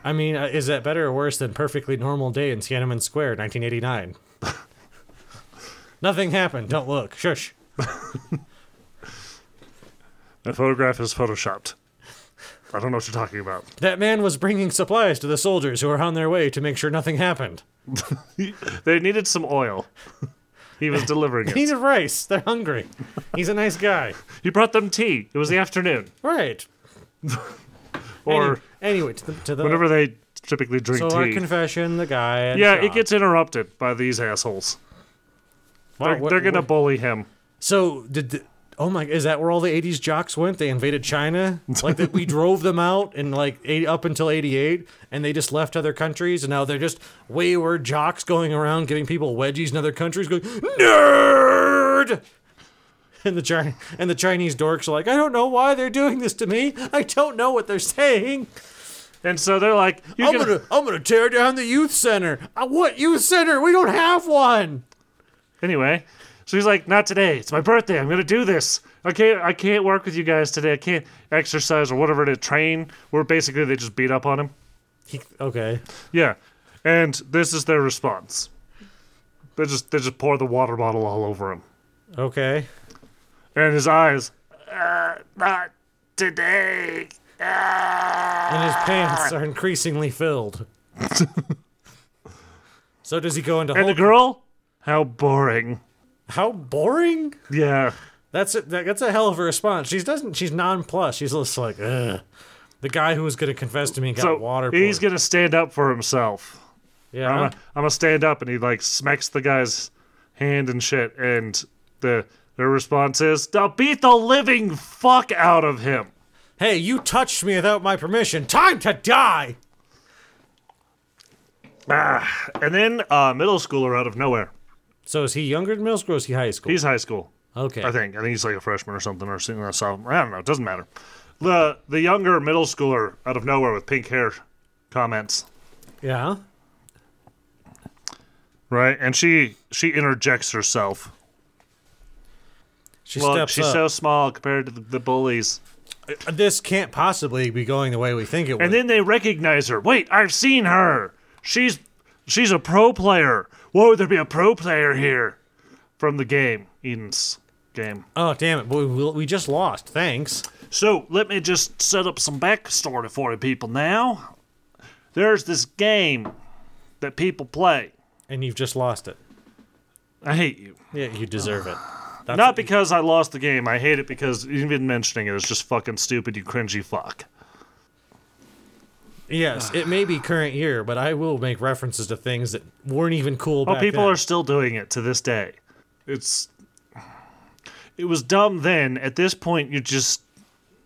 [SPEAKER 1] I mean, uh, is that better or worse than perfectly normal day in Tiananmen Square, 1989? Nothing happened. Don't look. Shush.
[SPEAKER 2] That photograph is photoshopped. I don't know what you're talking about.
[SPEAKER 1] That man was bringing supplies to the soldiers who were on their way to make sure nothing happened.
[SPEAKER 2] They needed some oil. He was delivering
[SPEAKER 1] He's
[SPEAKER 2] it.
[SPEAKER 1] a rice. They're hungry. He's a nice guy.
[SPEAKER 2] He brought them tea. It was the afternoon,
[SPEAKER 1] Right. Any-
[SPEAKER 2] or
[SPEAKER 1] anyway, to the, to the
[SPEAKER 2] whenever they typically drink
[SPEAKER 1] so our
[SPEAKER 2] tea.
[SPEAKER 1] confession, the guy. and
[SPEAKER 2] Yeah,
[SPEAKER 1] Shaw.
[SPEAKER 2] it gets interrupted by these assholes.
[SPEAKER 1] Wow,
[SPEAKER 2] They're,
[SPEAKER 1] what-
[SPEAKER 2] they're gonna
[SPEAKER 1] what-
[SPEAKER 2] bully him.
[SPEAKER 1] So did the, oh my is that where all the '80s jocks went? They invaded China, like that we drove them out and like eight, up until '88, and they just left other countries, and now they're just wayward jocks going around giving people wedgies in other countries, going nerd. And the China, and the Chinese dorks are like, I don't know why they're doing this to me. I don't know what they're saying.
[SPEAKER 2] And so they're like, "You're
[SPEAKER 1] I'm
[SPEAKER 2] gonna,
[SPEAKER 1] gonna, I'm gonna tear down the youth center. Uh, what youth center? We don't have one.
[SPEAKER 2] Anyway, so he's like, "Not today. It's my birthday. I'm gonna do this. I can't. I can't work with you guys today. I can't exercise or whatever to train." Where basically they just beat up on him.
[SPEAKER 1] He, okay.
[SPEAKER 2] Yeah, and this is their response. They just they just pour the water bottle all over him,
[SPEAKER 1] Okay.
[SPEAKER 2] and his eyes. Uh, not today.
[SPEAKER 1] and his pants are increasingly filled. so does he go into
[SPEAKER 2] And the
[SPEAKER 1] Hulk?
[SPEAKER 2] girl? How boring.
[SPEAKER 1] How boring!
[SPEAKER 2] Yeah.
[SPEAKER 1] That's a, that, that's a hell of a response. She doesn't. She's nonplussed. She's just like, ugh. The guy who was going to confess to me got
[SPEAKER 2] So
[SPEAKER 1] water.
[SPEAKER 2] he's
[SPEAKER 1] poured.
[SPEAKER 2] gonna stand up for himself.
[SPEAKER 1] Yeah.
[SPEAKER 2] I'm gonna, I'm gonna stand up, and he like smacks the guy's hand and shit, and the their response is, "Now beat the living fuck out of him."
[SPEAKER 1] Hey, you touched me without my permission. Time to die.
[SPEAKER 2] Ah. And then uh, middle schooler out of nowhere.
[SPEAKER 1] So is he younger than middle school or is he high school?
[SPEAKER 2] He's high school.
[SPEAKER 1] okay.
[SPEAKER 2] I think. I think he's like a freshman or something or something. So I don't know. It doesn't matter. The the younger middle schooler out of nowhere with pink hair comments.
[SPEAKER 1] yeah.
[SPEAKER 2] Right? And she she interjects herself.
[SPEAKER 1] She
[SPEAKER 2] Look,
[SPEAKER 1] steps
[SPEAKER 2] she's
[SPEAKER 1] up.
[SPEAKER 2] so small compared to the, the bullies.
[SPEAKER 1] this can't possibly be going the way we think it would.
[SPEAKER 2] And then they recognize her. Wait, I've seen her. She's she's a pro player. Whoa, there'd be a pro player here. From the game, Eden's game.
[SPEAKER 1] oh, damn it. We, we, we just lost. Thanks.
[SPEAKER 2] So let me just set up some backstory for you people now. There's this game that people play.
[SPEAKER 1] And you've just lost it.
[SPEAKER 2] I hate you.
[SPEAKER 1] Yeah, you deserve it. That's
[SPEAKER 2] Not because I lost the game. I hate it because even mentioning it is just fucking stupid, you cringy fuck.
[SPEAKER 1] Yes, it may be current year, but I will make references to things that weren't even cool
[SPEAKER 2] Well,
[SPEAKER 1] back
[SPEAKER 2] people
[SPEAKER 1] then.
[SPEAKER 2] are still doing it to this day. It's. It was dumb then. At this point, you just.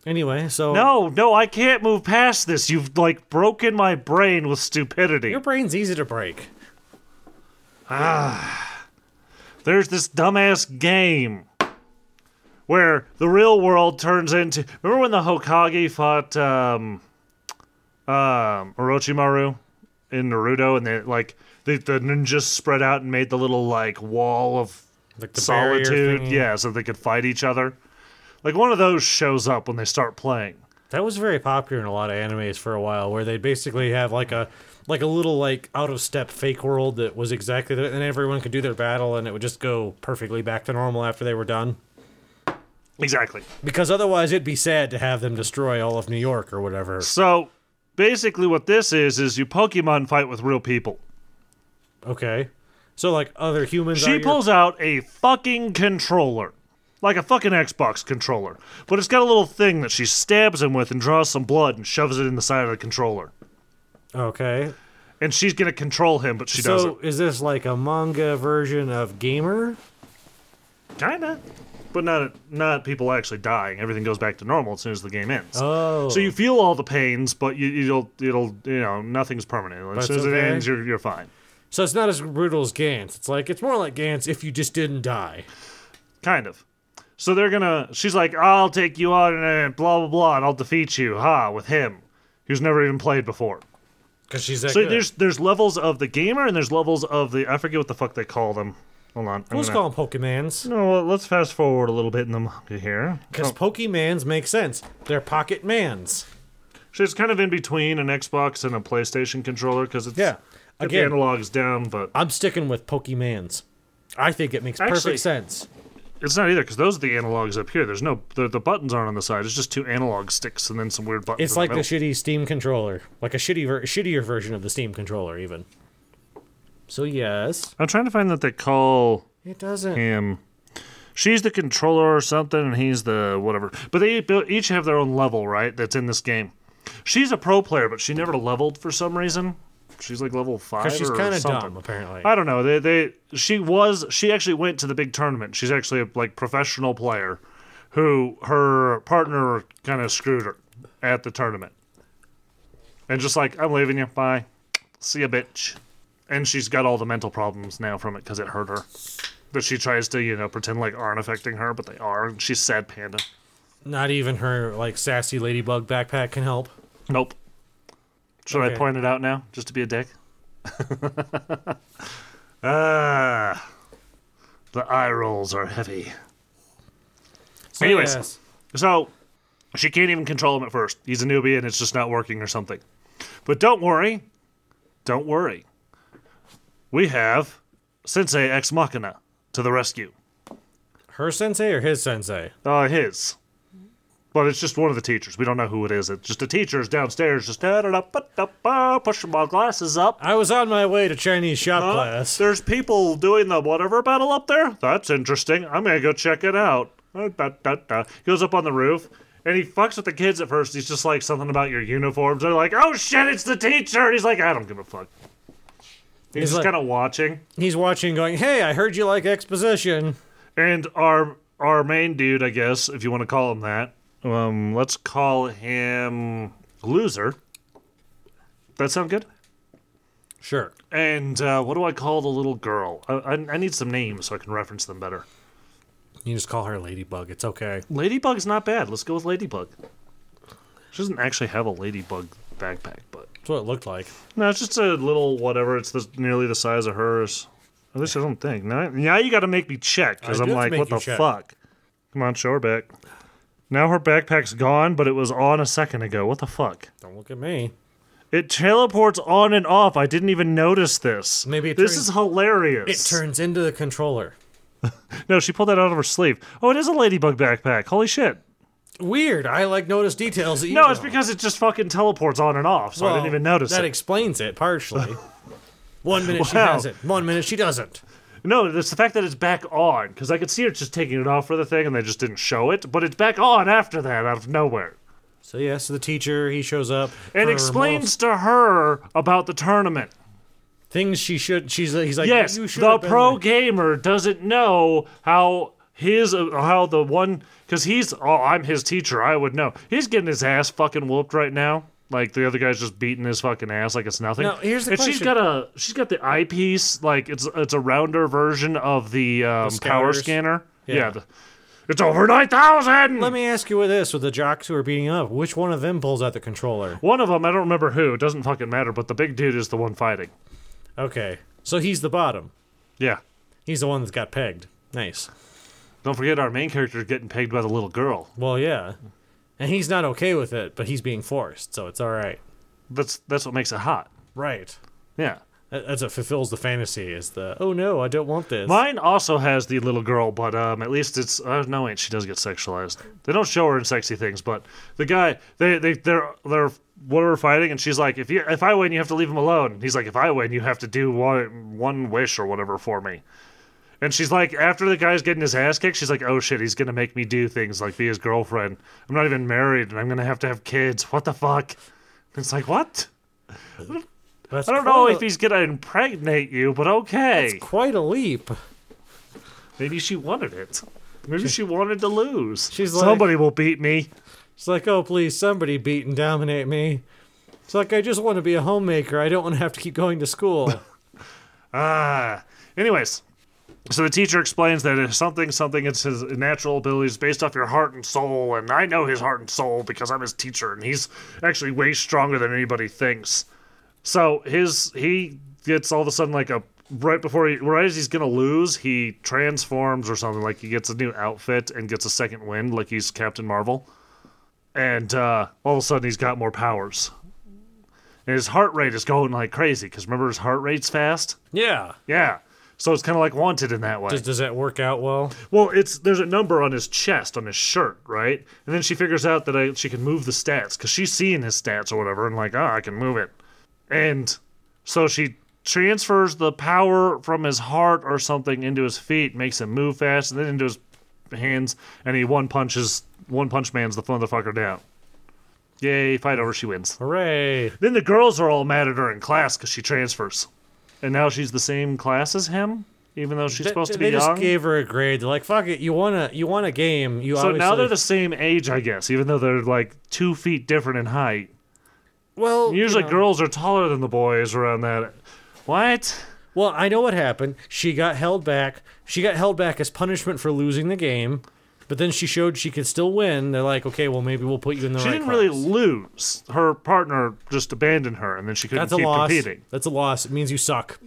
[SPEAKER 1] Anyway, so
[SPEAKER 2] No, no, I can't move past this. You've, like, broken my brain with stupidity.
[SPEAKER 1] your brain's easy to break.
[SPEAKER 2] there's this dumbass game where the real world turns into. Remember when the Hokage fought um, um, Orochimaru in Naruto, and they like the, the ninjas spread out and made the little like wall of
[SPEAKER 1] Like the barrier
[SPEAKER 2] solitude,
[SPEAKER 1] thingy.
[SPEAKER 2] yeah, so they could fight each other. Like one of those shows up when they start playing.
[SPEAKER 1] That was very popular in a lot of animes for a while, where they basically have like a like a little like out of step fake world that was exactly that, and everyone could do their battle, and it would just go perfectly back to normal after they were done.
[SPEAKER 2] Exactly.
[SPEAKER 1] Because otherwise, it'd be sad to have them destroy all of New York or whatever.
[SPEAKER 2] So basically, what this is is you Pokemon fight with real people.
[SPEAKER 1] Okay, so like other humans. are
[SPEAKER 2] She
[SPEAKER 1] your-
[SPEAKER 2] pulls out a fucking controller. Like a fucking Xbox controller. But it's got a little thing that she stabs him with and draws some blood and shoves it in the side of the controller.
[SPEAKER 1] Okay,
[SPEAKER 2] And she's gonna control him, but she
[SPEAKER 1] so
[SPEAKER 2] doesn't.
[SPEAKER 1] is this like a manga version of Gamer?
[SPEAKER 2] Kinda. But not not people actually dying. Everything goes back to normal as soon as the game ends.
[SPEAKER 1] Oh,
[SPEAKER 2] So you feel all the pains, but you, you'll it'll you know nothing's permanent. As
[SPEAKER 1] That's
[SPEAKER 2] soon as it
[SPEAKER 1] okay.
[SPEAKER 2] ends, you're you're fine.
[SPEAKER 1] So it's not as brutal as Gantz. It's like it's more like Gantz if you just didn't die.
[SPEAKER 2] Kind of. So they're gonna. She's like, I'll take you on and blah blah blah, and I'll defeat you, ha, with him, who's never even played before.
[SPEAKER 1] Because she's that
[SPEAKER 2] So
[SPEAKER 1] good.
[SPEAKER 2] there's there's levels of the gamer and there's levels of the I forget what the fuck they call them. Hold on. I'm
[SPEAKER 1] Let's
[SPEAKER 2] gonna-
[SPEAKER 1] call them Pokemans.
[SPEAKER 2] No, well, let's fast forward a little bit in the manga here.
[SPEAKER 1] Because Pokemans make sense. They're pocket mans.
[SPEAKER 2] So it's kind of in between an Xbox and a PlayStation controller because it's
[SPEAKER 1] Yeah.
[SPEAKER 2] the
[SPEAKER 1] Again-
[SPEAKER 2] analog's down, but
[SPEAKER 1] I'm sticking with Pokemans. I think it makes
[SPEAKER 2] Actually-
[SPEAKER 1] perfect sense.
[SPEAKER 2] it's not either because those are the analogs up here. There's no the, the buttons aren't on the side. It's just two analog sticks and then some weird buttons.
[SPEAKER 1] It's
[SPEAKER 2] in
[SPEAKER 1] like
[SPEAKER 2] the
[SPEAKER 1] the
[SPEAKER 2] middle.
[SPEAKER 1] shitty Steam controller, like a shitty, ver- shittier version of the Steam controller, even. So yes,
[SPEAKER 2] I'm trying to find that they call
[SPEAKER 1] it doesn't.
[SPEAKER 2] him. She's the controller or something, and he's the whatever. But they bu- each have their own level, right? That's in this game. She's a pro player, but she never leveled for some reason. She's like level five.
[SPEAKER 1] Because she's
[SPEAKER 2] or
[SPEAKER 1] kind of
[SPEAKER 2] something.
[SPEAKER 1] dumb, apparently.
[SPEAKER 2] I don't know. They they she was she actually went to the big tournament. She's actually a like professional player, who her partner kind of screwed her at the tournament, and just like I'm leaving you, bye, see ya, bitch, and she's got all the mental problems now from it because it hurt her. That she tries to you know pretend like aren't affecting her, but they are. And she's sad panda.
[SPEAKER 1] Not even her like sassy ladybug backpack can help.
[SPEAKER 2] Nope. Should I
[SPEAKER 1] Okay.
[SPEAKER 2] point it out now, just to be a dick? ah, the eye rolls are heavy.
[SPEAKER 1] So,
[SPEAKER 2] Anyways.
[SPEAKER 1] yes.
[SPEAKER 2] So she can't even control him at first. He's a newbie and it's just not working or something. But don't worry. Don't worry. We have Sensei Ex Machina to the rescue.
[SPEAKER 1] her sensei or his sensei?
[SPEAKER 2] Uh, his. But it's just one of the teachers. We don't know who it is. It's just the teacher's downstairs, just da da da ba da ba, pushing my glasses up.
[SPEAKER 1] I was on my way to Chinese shop
[SPEAKER 2] Uh,
[SPEAKER 1] class.
[SPEAKER 2] There's people doing the whatever battle up there. That's interesting. I'm gonna go check it out. Uh, Da, da, da. Goes up on the roof and he fucks with the kids at first. He's just like something about your uniforms. They're like, "Oh shit, it's the teacher." And he's like, "I don't give a fuck." He's just
[SPEAKER 1] like-
[SPEAKER 2] kind of watching.
[SPEAKER 1] He's watching, going, "Hey, I heard you like exposition."
[SPEAKER 2] And our our main dude, I guess, if you want to call him that, um, let's call him Loser. That sound good?
[SPEAKER 1] Sure.
[SPEAKER 2] And uh, what do I call the little girl? I, I, I need some names so I can reference them better.
[SPEAKER 1] You just call her Ladybug. It's okay.
[SPEAKER 2] Ladybug's not bad. Let's go with Ladybug. She doesn't actually have a Ladybug backpack, but
[SPEAKER 1] That's what it looked like.
[SPEAKER 2] no, it's just a little whatever. It's the, nearly the size of hers. At least I don't think. Now, now you got to make me check because
[SPEAKER 1] I
[SPEAKER 2] I'm
[SPEAKER 1] do have to
[SPEAKER 2] like,
[SPEAKER 1] make
[SPEAKER 2] what
[SPEAKER 1] you
[SPEAKER 2] the
[SPEAKER 1] check.
[SPEAKER 2] fuck? Come on, show her back. Now her backpack's gone, but it was on a second ago. What the fuck?
[SPEAKER 1] Don't look at me.
[SPEAKER 2] It teleports on and off. I didn't even notice this.
[SPEAKER 1] Maybe it
[SPEAKER 2] this
[SPEAKER 1] turns-
[SPEAKER 2] is
[SPEAKER 1] It
[SPEAKER 2] hilarious.
[SPEAKER 1] turns into the controller.
[SPEAKER 2] no, she pulled that out of her sleeve. Oh, it is a ladybug backpack. Holy shit!
[SPEAKER 1] Weird. I like notice details. that you
[SPEAKER 2] No, it's
[SPEAKER 1] don't.
[SPEAKER 2] because it just fucking teleports on and off, so I
[SPEAKER 1] Well,
[SPEAKER 2] didn't even notice
[SPEAKER 1] That
[SPEAKER 2] it.
[SPEAKER 1] explains it partially. One minute she
[SPEAKER 2] Wow.
[SPEAKER 1] has it. One minute she doesn't.
[SPEAKER 2] no, it's the fact that it's back on because I could see her just taking it off for the thing, and they just didn't show it. But it's back on after that, out of nowhere,
[SPEAKER 1] So yeah, so the teacher he shows up
[SPEAKER 2] and
[SPEAKER 1] for
[SPEAKER 2] explains to her about the tournament.
[SPEAKER 1] moral- things she should. She's he's like
[SPEAKER 2] Yes,
[SPEAKER 1] you should
[SPEAKER 2] the
[SPEAKER 1] have been
[SPEAKER 2] pro
[SPEAKER 1] there."
[SPEAKER 2] gamer doesn't know how his uh, how the one because he's oh I'm his teacher I would know he's getting his ass fucking whooped right now like the other guy's just beating his fucking ass like it's nothing.
[SPEAKER 1] Now, here's the
[SPEAKER 2] and she's
[SPEAKER 1] question.
[SPEAKER 2] got a she's got the eyepiece like it's it's a rounder version of the, um, power
[SPEAKER 1] scouters.
[SPEAKER 2] scanner. Yeah,
[SPEAKER 1] Yeah.
[SPEAKER 2] the- it's over nine thousand.
[SPEAKER 1] Let me ask you with this: with the jocks who are beating up, which one of them pulls out the controller?
[SPEAKER 2] One of them I don't remember who. It doesn't fucking matter. But the big dude is the one fighting.
[SPEAKER 1] Okay, so he's the bottom.
[SPEAKER 2] Yeah.
[SPEAKER 1] He's the one that's got pegged. Nice.
[SPEAKER 2] Don't forget our main character is getting pegged by the little girl.
[SPEAKER 1] Well, yeah, and he's not okay with it, but he's being forced, so it's all right.
[SPEAKER 2] That's that's what makes it hot.
[SPEAKER 1] Right.
[SPEAKER 2] Yeah.
[SPEAKER 1] That- That's what fulfills the fantasy. Is the oh no, I don't want this.
[SPEAKER 2] Mine also has the little girl, but um, at least it's uh, no wait, she does get sexualized. They don't show her in sexy things, but the guy they they they're they're whatever fighting, and she's like, if you if I win, you have to leave him alone. He's like, if I win, you have to do one one wish or whatever for me. And she's like, after the guy's getting his ass kicked, she's like, oh shit, he's gonna make me do things like be his girlfriend. I'm not even married, and I'm gonna have to have kids. What the fuck? It's like what?
[SPEAKER 1] That's
[SPEAKER 2] I don't
[SPEAKER 1] quite
[SPEAKER 2] know
[SPEAKER 1] a-
[SPEAKER 2] if he's gonna impregnate you, but okay.
[SPEAKER 1] quite a leap.
[SPEAKER 2] Maybe she wanted it. Maybe she wanted to lose.
[SPEAKER 1] She's like-
[SPEAKER 2] somebody will beat me.
[SPEAKER 1] It's like, oh, please, somebody beat and dominate me. It's like, I just want to be a homemaker. I don't want to have to keep going to school.
[SPEAKER 2] Ah. Anyways, so the teacher explains that it's something, something. It's his natural abilities based off your heart and soul, and I know his heart and soul because I'm his teacher, and he's actually way stronger than anybody thinks. So his he gets all of a sudden like a right before he right as he's gonna lose, he transforms or something. Like he gets a new outfit and gets a second wind, like he's Captain Marvel. And uh, all of a sudden, he's got more powers. And his heart rate is going like crazy because remember his heart rate's fast.
[SPEAKER 1] yeah.
[SPEAKER 2] Yeah. So it's kind of like wanted in that way.
[SPEAKER 1] Does, does that work out well?
[SPEAKER 2] well, it's there's a number on his chest on his shirt, right? And then she figures out that I, she can move the stats because she's seeing his stats or whatever, and like, ah, I can move it. And so she transfers the power from his heart or something into his feet, makes him move fast, and then into his hands, and he one punches one punch man's the motherfucker down. Yay! Fight over, she wins.
[SPEAKER 1] Hooray.
[SPEAKER 2] Then the girls are all mad at her in class because she transfers, and now she's the same class as him, even though she's supposed
[SPEAKER 1] they,
[SPEAKER 2] to be
[SPEAKER 1] they
[SPEAKER 2] young.
[SPEAKER 1] just gave her a grade. They're like, fuck it, you want a, you want a game. You
[SPEAKER 2] so
[SPEAKER 1] obviously...
[SPEAKER 2] now they're the same age, I guess, even though they're like two feet different in height.
[SPEAKER 1] Well, you
[SPEAKER 2] Usually,
[SPEAKER 1] know.
[SPEAKER 2] girls are taller than the boys around that. What?
[SPEAKER 1] Well, I know what happened. She got held back. She got held back as punishment for losing the game. But then she showed she could still win. They're like, okay, well, maybe we'll put you in the
[SPEAKER 2] She
[SPEAKER 1] right
[SPEAKER 2] didn't really
[SPEAKER 1] class.
[SPEAKER 2] lose. Her partner just abandoned her, and then she couldn't
[SPEAKER 1] That's a
[SPEAKER 2] keep
[SPEAKER 1] loss.
[SPEAKER 2] competing.
[SPEAKER 1] That's a loss. It means you suck.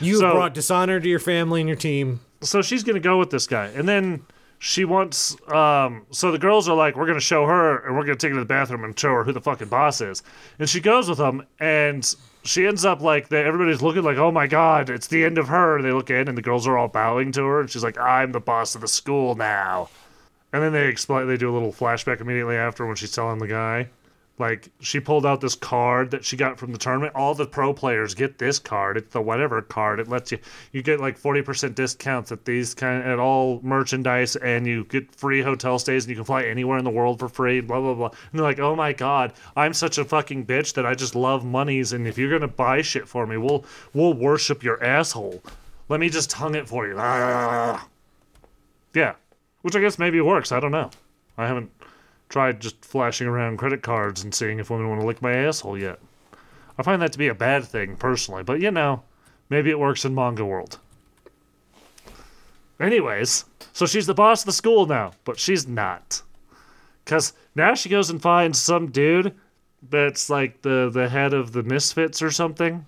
[SPEAKER 1] you
[SPEAKER 2] So-
[SPEAKER 1] have brought dishonor to your family and your team.
[SPEAKER 2] so she's gonna go with this guy, and then she wants. Um, so the girls are like, "We're gonna show her, and we're gonna take her to the bathroom and show her who the fucking boss is." And she goes with them, and she ends up like that. Everybody's looking like, "Oh my god, it's the end of her." And they look in, and the girls are all bowing to her, and she's like, "I'm the boss of the school now." And then they explain. They do a little flashback immediately after when she's telling the guy Like she pulled out this card that she got from the tournament. All the pro players get this card. It's the whatever card. It lets you you get like forty percent discounts at these kind at all merchandise, and you get free hotel stays, and you can fly anywhere in the world for free. Blah blah blah. And they're like, oh my god, I'm such a fucking bitch that I just love monies, and if you're gonna buy shit for me, we'll we'll worship your asshole. Let me just tongue it for you. Yeah. Which I guess maybe works. I don't know. I haven't tried just flashing around credit cards and seeing if women want to lick my asshole yet. I find that to be a bad thing, personally, but you know, maybe it works in manga world. Anyways, so she's the boss of the school now, but she's not. Because now she goes and finds some dude that's like the, the head of the Misfits or something.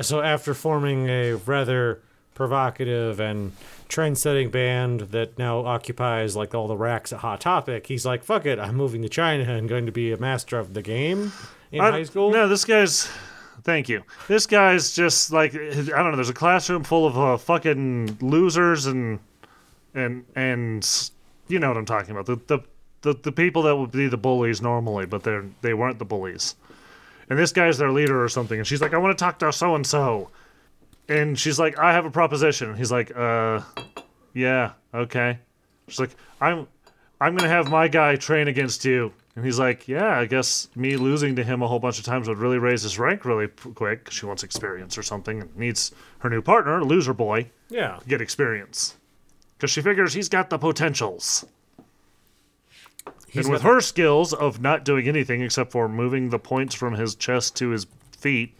[SPEAKER 1] So after forming a rather provocative and trend-setting band that now occupies like all the racks at Hot Topic, he's like, "Fuck it, I'm moving to China and going to be a master of the game in
[SPEAKER 2] I-
[SPEAKER 1] high school."
[SPEAKER 2] No, this guy's. Thank you. This guy's just like I don't know. There's a classroom full of uh, fucking losers and and and you know what I'm talking about. The, the the the people that would be the bullies normally, but they're they weren't the bullies. And this guy's their leader or something. And she's like, I want to talk to so and so. And she's like, I have a proposition. And he's like, uh, yeah, okay. She's like, I'm I'm gonna have my guy train against you. And he's like, yeah, I guess me losing to him a whole bunch of times would really raise his rank really p- quick. 'cause She wants experience or something and needs her new partner, loser boy,
[SPEAKER 1] Yeah.
[SPEAKER 2] to get experience. Because she figures he's got the potentials. and with her skills of not doing anything except for moving the points from his chest to his feet,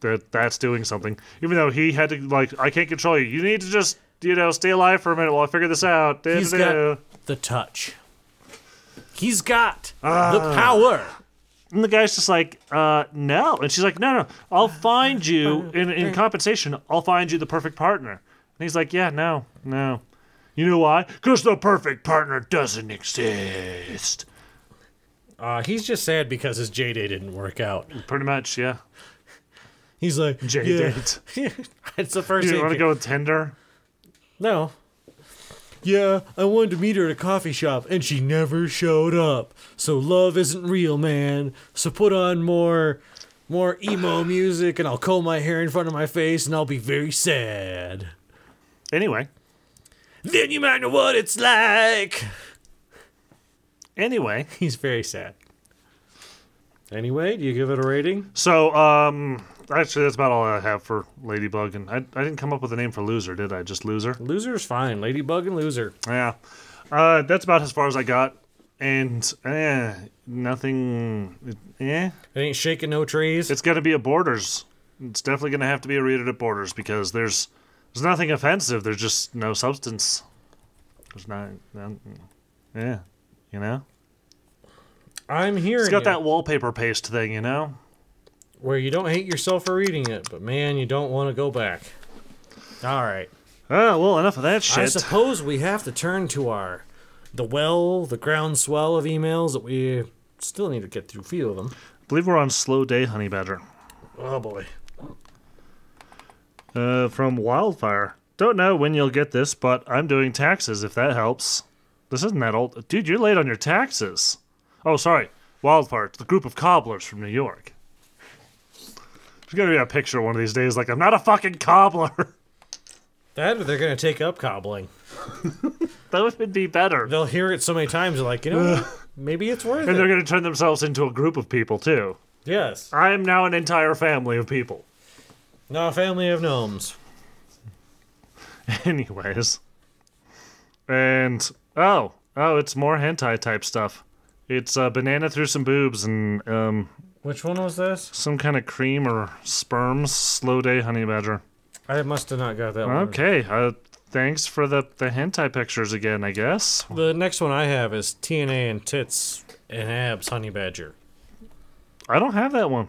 [SPEAKER 2] that that's doing something. Even though he had to, like, I can't control you. You need to just, you know, stay alive for a minute while I figure this out.
[SPEAKER 1] He's
[SPEAKER 2] Da-da-da.
[SPEAKER 1] got the touch. He's got the power.
[SPEAKER 2] And the guy's just like, uh, no. And she's like, no, no, I'll find you in, in compensation. I'll find you the perfect partner. And he's like, yeah, no, no. You know why? Because the perfect partner doesn't exist.
[SPEAKER 1] Uh, he's just sad because his J Day didn't work out.
[SPEAKER 2] Pretty much, yeah.
[SPEAKER 1] He's like
[SPEAKER 2] J
[SPEAKER 1] "Yeah."
[SPEAKER 2] date.
[SPEAKER 1] it's the first
[SPEAKER 2] You
[SPEAKER 1] thing.
[SPEAKER 2] want to go with Tinder?
[SPEAKER 1] No. Yeah, I wanted to meet her at a coffee shop and she never showed up. So love isn't real, man. So put on more more emo music and I'll comb my hair in front of my face and I'll be very sad.
[SPEAKER 2] Anyway,
[SPEAKER 1] Then you might know what it's like.
[SPEAKER 2] anyway.
[SPEAKER 1] He's very sad. Anyway, do you give it a rating?
[SPEAKER 2] So, um, actually, that's about all I have for Ladybug. And I, I didn't come up with a name for Loser, did I? Just Loser?
[SPEAKER 1] Loser's fine. Ladybug and loser.
[SPEAKER 2] Yeah. Uh, that's about as far as I got. And, eh, nothing, eh.
[SPEAKER 1] It ain't shaking no trees.
[SPEAKER 2] It's going to be at Borders. It's definitely going to have to be rated at Borders because there's there's nothing offensive. There's just no substance. There's not, no- mm, yeah, you know.
[SPEAKER 1] I'm hearing
[SPEAKER 2] It's got
[SPEAKER 1] you.
[SPEAKER 2] that wallpaper paste thing, you know.
[SPEAKER 1] where you don't hate yourself for reading it, but man, you don't want to go back. All right.
[SPEAKER 2] Oh well, enough of that
[SPEAKER 1] I
[SPEAKER 2] shit.
[SPEAKER 1] suppose we have to turn to our the well, the groundswell of emails that we still need to get through a few of them.
[SPEAKER 2] I believe we're on slow day, honey badger.
[SPEAKER 1] Oh boy.
[SPEAKER 2] Uh, from wildfire. Don't know when you'll get this, but I'm doing taxes. If that helps. This isn't that old, dude. You're late on your taxes. Oh, sorry. Wildfire. It's the group of cobblers from New York. There's gonna be a picture one of these days. Like I'm not a fucking cobbler.
[SPEAKER 1] That or they're gonna take up cobbling.
[SPEAKER 2] that would be better.
[SPEAKER 1] They'll hear it so many times they're like, you know, what? maybe it's worth
[SPEAKER 2] And they're
[SPEAKER 1] it.
[SPEAKER 2] gonna turn themselves into a group of people too.
[SPEAKER 1] Yes.
[SPEAKER 2] I am now an entire family of people.
[SPEAKER 1] Now a family of gnomes.
[SPEAKER 2] Anyways. And oh, oh, it's more hentai type stuff. It's uh, banana through some boobs and um,
[SPEAKER 1] Which one was this?
[SPEAKER 2] some kind of cream or sperms. Slow day, honey badger.
[SPEAKER 1] I must have not got that one.
[SPEAKER 2] Okay, uh, thanks for the the hentai pictures again. I guess.
[SPEAKER 1] The next one I have is TNA and tits and abs, honey badger.
[SPEAKER 2] I don't have that one.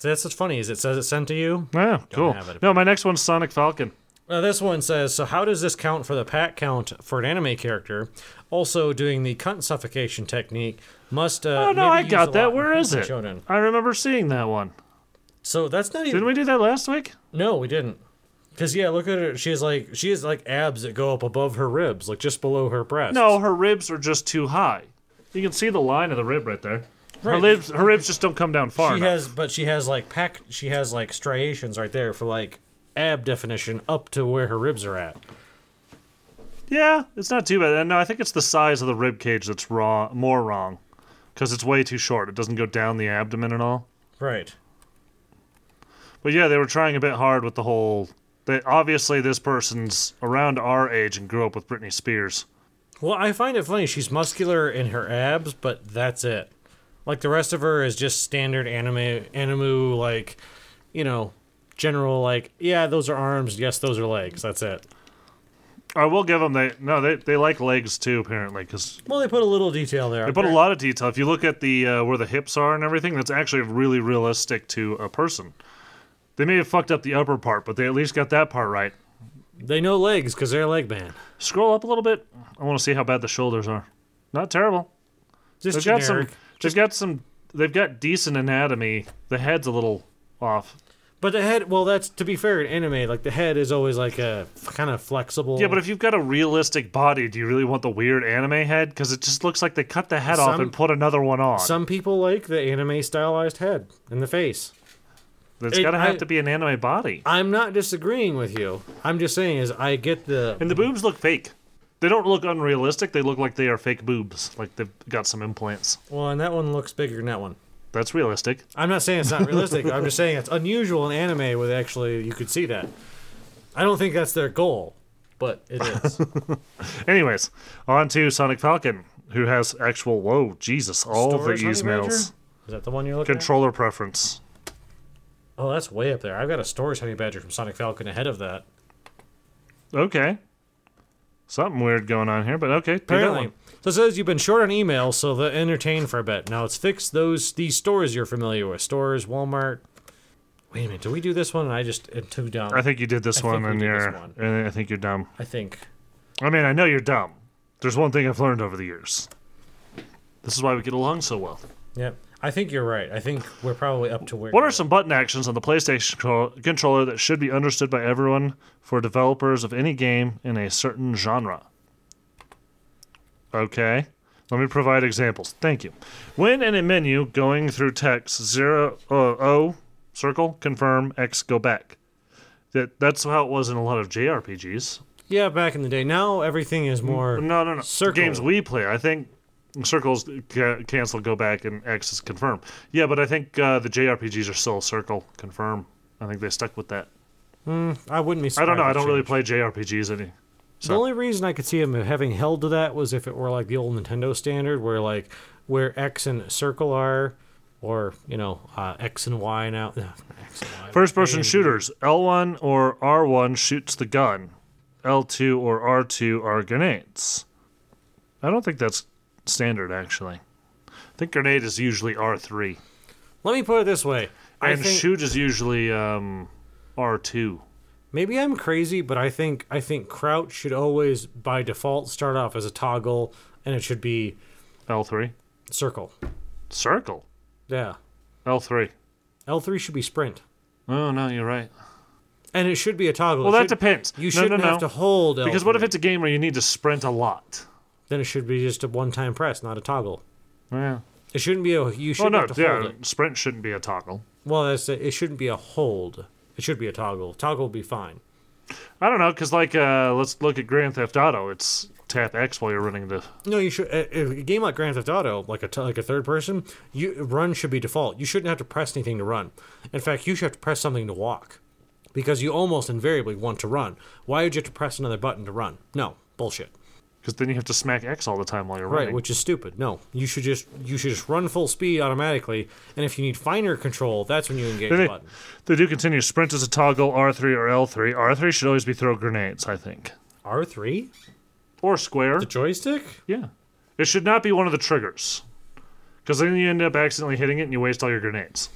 [SPEAKER 1] That's what's funny is it says it sent to you.
[SPEAKER 2] Yeah, cool.
[SPEAKER 1] have it.
[SPEAKER 2] No, my next one's Sonic Falcon.
[SPEAKER 1] Uh, this one says, so how does this count for the pack count for an anime character? Also doing the cunt suffocation technique must. Uh,
[SPEAKER 2] Oh no,
[SPEAKER 1] maybe
[SPEAKER 2] I
[SPEAKER 1] use a
[SPEAKER 2] got
[SPEAKER 1] lot
[SPEAKER 2] that.
[SPEAKER 1] in
[SPEAKER 2] Where is it?
[SPEAKER 1] Shonen.
[SPEAKER 2] I remember seeing that one.
[SPEAKER 1] So that's not even.
[SPEAKER 2] Didn't we do that last week?
[SPEAKER 1] No, we didn't. Cause yeah, look at her. She has like she has like abs that go up above her ribs, like just below her breast.
[SPEAKER 2] No, her ribs are just too high. You can see the line of the rib right there. Her
[SPEAKER 1] Right.
[SPEAKER 2] ribs, her ribs just don't come down far.
[SPEAKER 1] She
[SPEAKER 2] enough.
[SPEAKER 1] has, but she has like pack. She has like striations right there for like ab definition up to where her ribs are at.
[SPEAKER 2] yeah, it's not too bad. And no, I think it's the size of the rib cage that's wrong, more wrong, because it's way too short. It doesn't go down the abdomen and all.
[SPEAKER 1] Right.
[SPEAKER 2] But yeah, they were trying a bit hard with the whole. They, obviously, this person's around our age and grew up with Britney Spears.
[SPEAKER 1] Well, I find it funny. She's muscular in her abs, but that's it. Like the rest of her is just standard anime, animu, like, you know, general, like, yeah, those are arms. Yes, those are legs. That's it.
[SPEAKER 2] I will give them they no they they like legs too apparently because
[SPEAKER 1] Well, they put a little detail there.
[SPEAKER 2] they put a lot of detail. If you look at the uh, where the hips are and everything, that's actually really realistic to a person. They may have fucked up the upper part, but they at least got that part right.
[SPEAKER 1] They know legs because they're a leg man.
[SPEAKER 2] Scroll up a little bit. I want to see how bad the shoulders are. Not terrible.
[SPEAKER 1] Just
[SPEAKER 2] They've got some.
[SPEAKER 1] generic.
[SPEAKER 2] They've got some. They've got decent anatomy. The head's a little off.
[SPEAKER 1] But the head, well, that's to be fair in anime. Like the head is always like a kind of flexible.
[SPEAKER 2] Yeah, but if you've got a realistic body, do you really want the weird anime head? Because it just looks like they cut the head off
[SPEAKER 1] Some-
[SPEAKER 2] and put another one on.
[SPEAKER 1] some people like the anime stylized head and the face.
[SPEAKER 2] it's
[SPEAKER 1] it-
[SPEAKER 2] got to have
[SPEAKER 1] I-
[SPEAKER 2] to be an anime body.
[SPEAKER 1] I'm not disagreeing with you. I'm just saying is I get the
[SPEAKER 2] And the boobs look fake. They don't look unrealistic. They look like they are fake boobs. Like they've got some implants.
[SPEAKER 1] well, and that one looks bigger than that one.
[SPEAKER 2] That's realistic.
[SPEAKER 1] I'm not saying it's not realistic. I'm just saying it's unusual in anime where they actually you could see that. I don't think that's their goal, but it is.
[SPEAKER 2] Anyways, on to Sonic Falcon, who has actual. Whoa, Jesus! All
[SPEAKER 1] Storage
[SPEAKER 2] the
[SPEAKER 1] honey badger?
[SPEAKER 2] emails.
[SPEAKER 1] Is that the one you're looking
[SPEAKER 2] Controller preference.
[SPEAKER 1] at? Oh, that's way up there. I've got a storage honey badger from Sonic Falcon ahead of that.
[SPEAKER 2] Okay. Something weird going on here, but okay. do that
[SPEAKER 1] Apparently.
[SPEAKER 2] one.
[SPEAKER 1] So it says you've been short on email, so they'll entertain for a bit. Now it's fixed those these stores you're familiar with. Stores, Walmart. Wait a minute, did we do this one? And I just am too dumb.
[SPEAKER 2] I think you did this
[SPEAKER 1] I think
[SPEAKER 2] one,
[SPEAKER 1] we
[SPEAKER 2] and
[SPEAKER 1] did this
[SPEAKER 2] you're.
[SPEAKER 1] one.
[SPEAKER 2] and I think you're dumb.
[SPEAKER 1] I think.
[SPEAKER 2] I mean, I know you're dumb. There's one thing I've learned over the years. This is why we get along so well.
[SPEAKER 1] Yep. I think you're right. I think we're probably up to where
[SPEAKER 2] What are some button actions on the PlayStation co- controller that should be understood by everyone for developers of any game in a certain genre? Okay. Let me provide examples. Thank you. When in a menu going through text, zero, uh, O, circle, confirm, X, go back. That, that's how it was in a lot of JRPGs.
[SPEAKER 1] Yeah, back in the day. Now everything is more
[SPEAKER 2] No, no, no.
[SPEAKER 1] Circle.
[SPEAKER 2] Games we play. I think circles ca- cancel, go back, and X is confirm. Yeah, but I think uh, the JRPGs are still circle confirm. I think they stuck with that.
[SPEAKER 1] I wouldn't be
[SPEAKER 2] I
[SPEAKER 1] surprised.
[SPEAKER 2] don't know. I
[SPEAKER 1] if
[SPEAKER 2] don't
[SPEAKER 1] it
[SPEAKER 2] really
[SPEAKER 1] changed.
[SPEAKER 2] play JRPGs any.
[SPEAKER 1] The only reason I could see him having held to that was if it were like the old Nintendo standard, where like where X and circle are, or you know uh, X and Y now. No, X and Y.
[SPEAKER 2] First person shooters. L1 or R1 shoots the gun. L2 or R2 are grenades. I don't think that's standard, actually. I think grenade is usually R3.
[SPEAKER 1] Let me put it this way. I
[SPEAKER 2] And
[SPEAKER 1] think
[SPEAKER 2] shoot is usually um, R2.
[SPEAKER 1] maybe I'm crazy, but I think I think crouch should always by default start off as a toggle, and it should be
[SPEAKER 2] L3.
[SPEAKER 1] circle.
[SPEAKER 2] Circle.
[SPEAKER 1] Yeah,
[SPEAKER 2] L3.
[SPEAKER 1] L three should be sprint,
[SPEAKER 2] Oh no, you're right.
[SPEAKER 1] and it should be a toggle.
[SPEAKER 2] Well,
[SPEAKER 1] It
[SPEAKER 2] that
[SPEAKER 1] should-
[SPEAKER 2] depends.
[SPEAKER 1] You
[SPEAKER 2] No,
[SPEAKER 1] shouldn't
[SPEAKER 2] no, no.
[SPEAKER 1] have to hold L3.
[SPEAKER 2] Because what if it's a game where you need to sprint a lot?
[SPEAKER 1] then it should be just a one time press, not a toggle.
[SPEAKER 2] Yeah.
[SPEAKER 1] It shouldn't be a you
[SPEAKER 2] Oh
[SPEAKER 1] shouldn't
[SPEAKER 2] no,
[SPEAKER 1] have to hold
[SPEAKER 2] yeah.
[SPEAKER 1] it.
[SPEAKER 2] Sprint shouldn't be a toggle.
[SPEAKER 1] Well, that's it shouldn't be a hold. It should be a toggle. Toggle would be fine.
[SPEAKER 2] I don't know, because like, uh, let's look at Grand Theft Auto. It's tap X while you're running the.
[SPEAKER 1] No, you should. A, a game like Grand Theft Auto, like a t- like a third person, you run should be default. You shouldn't have to press anything to run. In fact, you should have to press something to walk, because you almost invariably want to run. Why would you have to press another button to run? No, bullshit.
[SPEAKER 2] Because then you have to smack X all the time while you're
[SPEAKER 1] Right,
[SPEAKER 2] running.
[SPEAKER 1] which is stupid. No, you should just you should just run full speed automatically. And if you need finer control, that's when you engage
[SPEAKER 2] they,
[SPEAKER 1] the button.
[SPEAKER 2] they do continue. Sprint is a toggle. R three or L three. R three should always be throw grenades. I think.
[SPEAKER 1] R three,
[SPEAKER 2] Or square.
[SPEAKER 1] the joystick.
[SPEAKER 2] yeah. It should not be one of the triggers. Because then you end up accidentally hitting it and you waste all your grenades.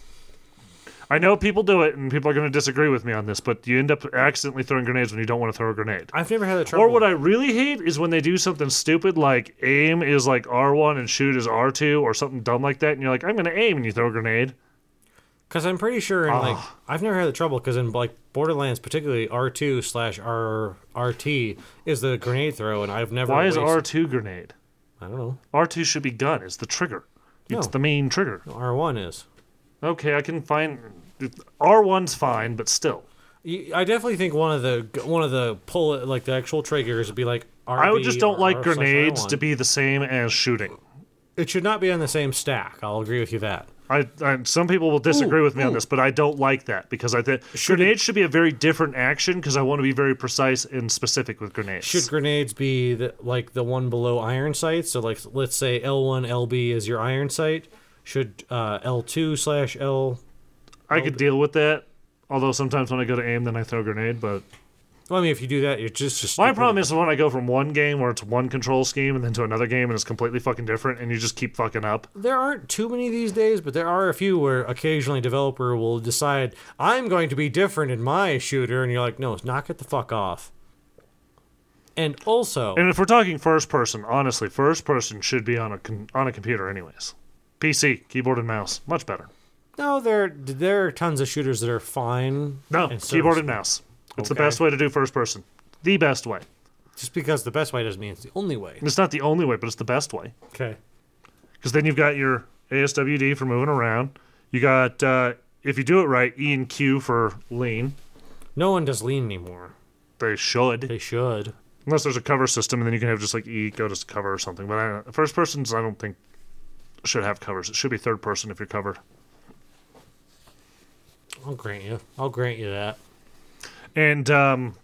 [SPEAKER 2] I know people do it and people are going to disagree with me on this, but you end up accidentally throwing grenades when you don't want to throw a grenade.
[SPEAKER 1] I've never had that trouble.
[SPEAKER 2] Or what I really hate is when they do something stupid like aim is like R1 and shoot is R2 or something dumb like that, and you're like, I'm going to aim, and you throw a grenade.
[SPEAKER 1] Because I'm pretty sure, in like,
[SPEAKER 2] Ah.
[SPEAKER 1] I've never had the trouble. Because in like Borderlands, particularly R two slash R RT is the grenade throw, and I've never.
[SPEAKER 2] Why is
[SPEAKER 1] wasted-
[SPEAKER 2] R2 grenade?
[SPEAKER 1] I don't know.
[SPEAKER 2] R2 should be gun, it's the trigger. It's
[SPEAKER 1] No.
[SPEAKER 2] the main trigger.
[SPEAKER 1] R1 is.
[SPEAKER 2] Okay, I can find R1's fine, but still.
[SPEAKER 1] You- I definitely think one of the one of the pull like the actual triggers would be like RB
[SPEAKER 2] I just don't
[SPEAKER 1] or
[SPEAKER 2] like
[SPEAKER 1] R slash
[SPEAKER 2] grenades
[SPEAKER 1] R1.
[SPEAKER 2] to be the same as shooting.
[SPEAKER 1] It should not be on the same stack. I'll agree with you that.
[SPEAKER 2] I, I some people will disagree
[SPEAKER 1] Ooh,
[SPEAKER 2] with me on
[SPEAKER 1] ooh.
[SPEAKER 2] this, but I don't like that because I think grenades should be a very different action because I want to be very precise and specific with grenades.
[SPEAKER 1] Should grenades be the, like the one below iron sight? So like let's say L1 LB is your iron sight. Should uh, L2 slash L
[SPEAKER 2] I could deal with that. Although sometimes when I go to aim, then I throw a grenade. But
[SPEAKER 1] Well, I mean, if you do that, you're just just.
[SPEAKER 2] my problem is when I go from one game where it's one control scheme and then to another game and it's completely fucking different, and you just keep fucking up.
[SPEAKER 1] there aren't too many these days, but there are a few where occasionally a developer will decide I'm going to be different in my shooter, and you're like, no, knock it the fuck off. And also,
[SPEAKER 2] And if we're talking first person, honestly, first person should be on a con- on a computer anyways. PC, keyboard and mouse, much better.
[SPEAKER 1] no, there there are tons of shooters that are fine.
[SPEAKER 2] No,
[SPEAKER 1] and so-
[SPEAKER 2] keyboard and mouse. It's the
[SPEAKER 1] Okay.
[SPEAKER 2] best way to do first person. The best way.
[SPEAKER 1] Just because the best way doesn't mean it's the only way.
[SPEAKER 2] It's not the only way, but it's the best way.
[SPEAKER 1] Okay.
[SPEAKER 2] Because then you've got your ASWD for moving around. You got, uh, if you do it right, E and Q for lean.
[SPEAKER 1] No one does lean anymore.
[SPEAKER 2] They should.
[SPEAKER 1] They should.
[SPEAKER 2] Unless there's a cover system, and then you can have just like E go to cover or something. But I don't, first persons, I don't think should have covers. It should be third person if you're covered.
[SPEAKER 1] I'll grant you. I'll grant you that.
[SPEAKER 2] And um,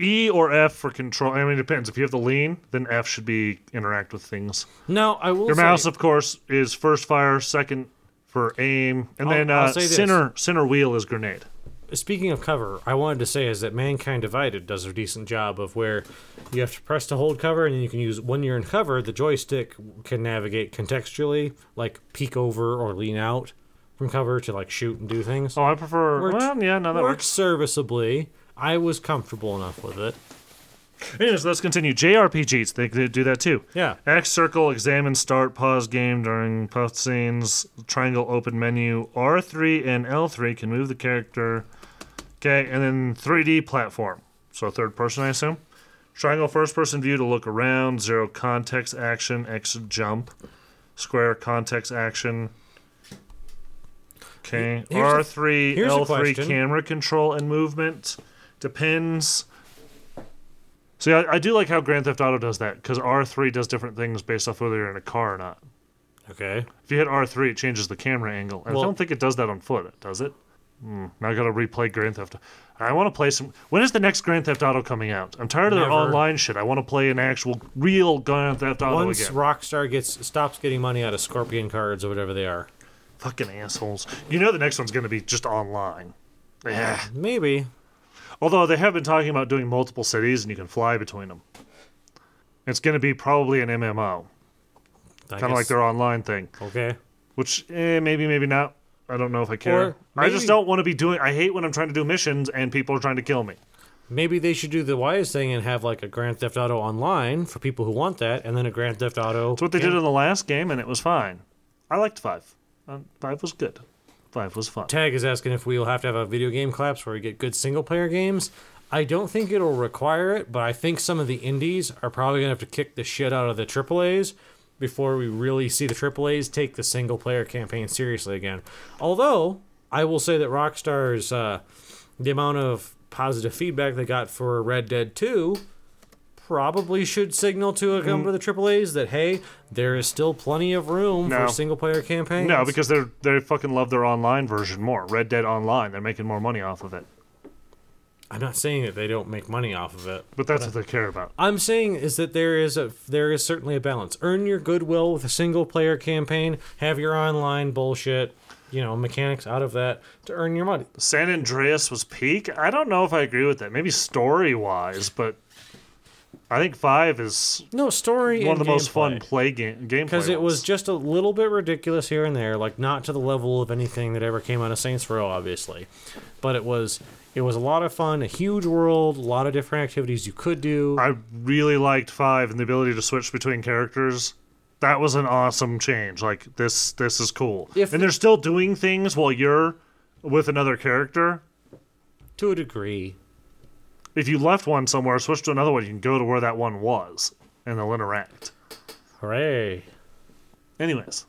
[SPEAKER 2] E or F for control. I mean, it depends. If you have the lean, then F should be interact with things.
[SPEAKER 1] No, I will.
[SPEAKER 2] Your
[SPEAKER 1] say,
[SPEAKER 2] mouse, of course, is first fire, second for aim, and
[SPEAKER 1] I'll-
[SPEAKER 2] then uh,
[SPEAKER 1] I'll say this.
[SPEAKER 2] center center wheel is grenade.
[SPEAKER 1] speaking of cover, I wanted to say is that Mankind Divided does a decent job of where you have to press to hold cover, and then you can use when you're in cover, the joystick can navigate contextually, like peek over or lean out from cover to like shoot and do things.
[SPEAKER 2] Oh, I prefer.
[SPEAKER 1] Works-
[SPEAKER 2] well, yeah, no, that
[SPEAKER 1] works
[SPEAKER 2] works.
[SPEAKER 1] serviceably. I was comfortable enough with it.
[SPEAKER 2] Anyways, let's continue. JRPGs, they, they do that too.
[SPEAKER 1] Yeah.
[SPEAKER 2] X circle, examine, start, pause game during puff scenes, triangle, open menu. R3 and L3 can move the character. Okay, and then 3D platform. So third person, I assume. Triangle first person view to look around, zero context action, X jump, square context action. Okay.
[SPEAKER 1] Here's a-
[SPEAKER 2] R3,
[SPEAKER 1] here's a
[SPEAKER 2] L3
[SPEAKER 1] question.
[SPEAKER 2] camera control and movement. Depends. See, I, I do like how Grand Theft Auto does that because R3 does different things based off whether you're in a car or not.
[SPEAKER 1] Okay.
[SPEAKER 2] If you hit R3, it changes the camera angle. And I
[SPEAKER 1] Well-
[SPEAKER 2] don't think it does that on foot, does it? Hmm, now I gotta replay Grand Theft. I want to play some. When is the next Grand Theft Auto coming out? I'm tired of their
[SPEAKER 1] Never.
[SPEAKER 2] online shit. I want to play an actual, real Grand Theft Auto
[SPEAKER 1] Once
[SPEAKER 2] again.
[SPEAKER 1] Rockstar gets stops getting money out of Scorpion cards or whatever they are,
[SPEAKER 2] Fucking assholes. You know the next one's gonna be just online. Yeah.
[SPEAKER 1] maybe
[SPEAKER 2] Although they have been talking about doing multiple cities and you can fly between them. It's gonna be probably an MMO, kind of like their online thing.
[SPEAKER 1] okay.
[SPEAKER 2] which eh, maybe maybe not i don't know if i care
[SPEAKER 1] Or
[SPEAKER 2] i just
[SPEAKER 1] maybe-
[SPEAKER 2] don't want to be doing i hate when i'm trying to do missions and people are trying to kill me
[SPEAKER 1] Maybe they should do the wise thing and have like a Grand Theft Auto online for people who want that, and then a Grand Theft Auto.
[SPEAKER 2] it's what they did in the last game and it was fine i liked five um, five was good five was fun
[SPEAKER 1] Tag is asking if we'll have to have a video game collapse where we get good single player games. I don't think it'll require it, but I think some of the indies are probably gonna have to kick the shit out of the AAA's before we really see the AAA's take the single player campaign seriously again. Although I will say that Rockstar's uh, the amount of positive feedback they got for Red Dead Two probably should signal to a
[SPEAKER 2] Mm.
[SPEAKER 1] number of the AAA's that hey, there is still plenty of room
[SPEAKER 2] No.
[SPEAKER 1] for single player campaigns.
[SPEAKER 2] no because they're they fucking love their online version more red dead online they're making more money off of it
[SPEAKER 1] I'm not saying that they don't make money off of it.
[SPEAKER 2] but that's what they care about
[SPEAKER 1] I'm saying is that there is a there is certainly a balance. Earn your goodwill with a single player campaign. Have your online bullshit, you know, mechanics out of that to earn your money.
[SPEAKER 2] san andreas was peak i don't know if i agree with that maybe story wise but i think five is
[SPEAKER 1] No story.
[SPEAKER 2] one of the most fun play game gameplay
[SPEAKER 1] because it
[SPEAKER 2] ones.
[SPEAKER 1] was just a little bit ridiculous here and there, like not to the level of anything that ever came out of Saints Row, obviously, but it was it was a lot of fun, a huge world, a lot of different activities you could do.
[SPEAKER 2] I really liked five and the ability to switch between characters. That was an awesome change. Like this, this is cool.
[SPEAKER 1] If-
[SPEAKER 2] and they're still doing things while you're with another character.
[SPEAKER 1] to a degree,
[SPEAKER 2] If you left one somewhere, switch to another one, you can go to where that one was, and they'll interact.
[SPEAKER 1] hooray!
[SPEAKER 2] Anyways,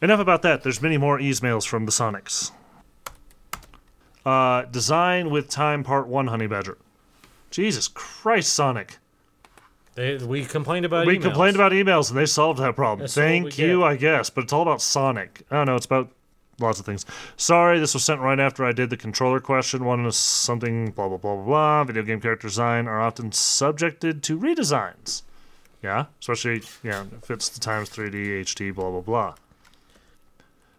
[SPEAKER 2] Enough about that. There's many more emails from the Sonics. Uh, design with time part one, Honey Badger. Jesus Christ, Sonic.
[SPEAKER 1] They, we complained about
[SPEAKER 2] We
[SPEAKER 1] emails.
[SPEAKER 2] complained about emails and they solved that problem.
[SPEAKER 1] That's what we
[SPEAKER 2] Thank
[SPEAKER 1] get.
[SPEAKER 2] you, I guess. But it's all about Sonic. I don't know. It's about lots of things. Sorry, this was sent right after I did the controller question. One is something, blah, blah, blah, blah, blah. Video game character design are often subjected to redesigns. Yeah, especially, yeah, if it's the times 3D, HD, blah, blah, blah.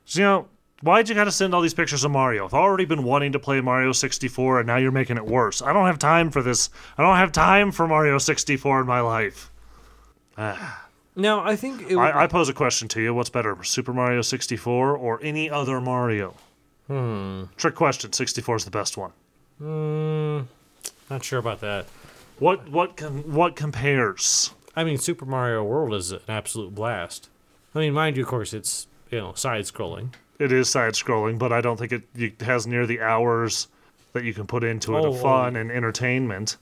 [SPEAKER 2] So, you know, why'd you gotta send all these pictures of Mario? I've already been wanting to play Mario 64 and now you're making it worse. I don't have time for this. I don't have time for Mario 64 in my life.
[SPEAKER 1] Now I think it would,
[SPEAKER 2] I, I pose a question to you. What's better, Super Mario 64 or any other Mario? Hmm. Trick question. 64 is the best one.
[SPEAKER 1] not sure about that.
[SPEAKER 2] What what com- what compares?
[SPEAKER 1] I mean, Super Mario World is an absolute blast. I mean, mind you, of course, it's you know side scrolling.
[SPEAKER 2] It is side scrolling, but I don't think it, it has near the hours that you can put into it
[SPEAKER 1] Oh,
[SPEAKER 2] of fun and entertainment.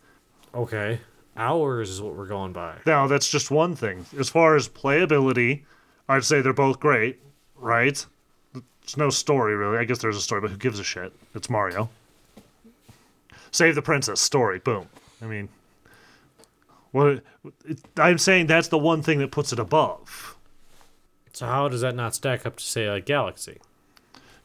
[SPEAKER 1] Okay, hours is what we're going by.
[SPEAKER 2] Now that's just one thing. As far as playability, I'd say they're both great, right? There's no story really. I guess there's a story, but who gives a shit? It's Mario. Save the princess story. Boom. I mean, what? It, I'm saying that's the one thing that puts it above.
[SPEAKER 1] So how does that not stack up to say like Galaxy?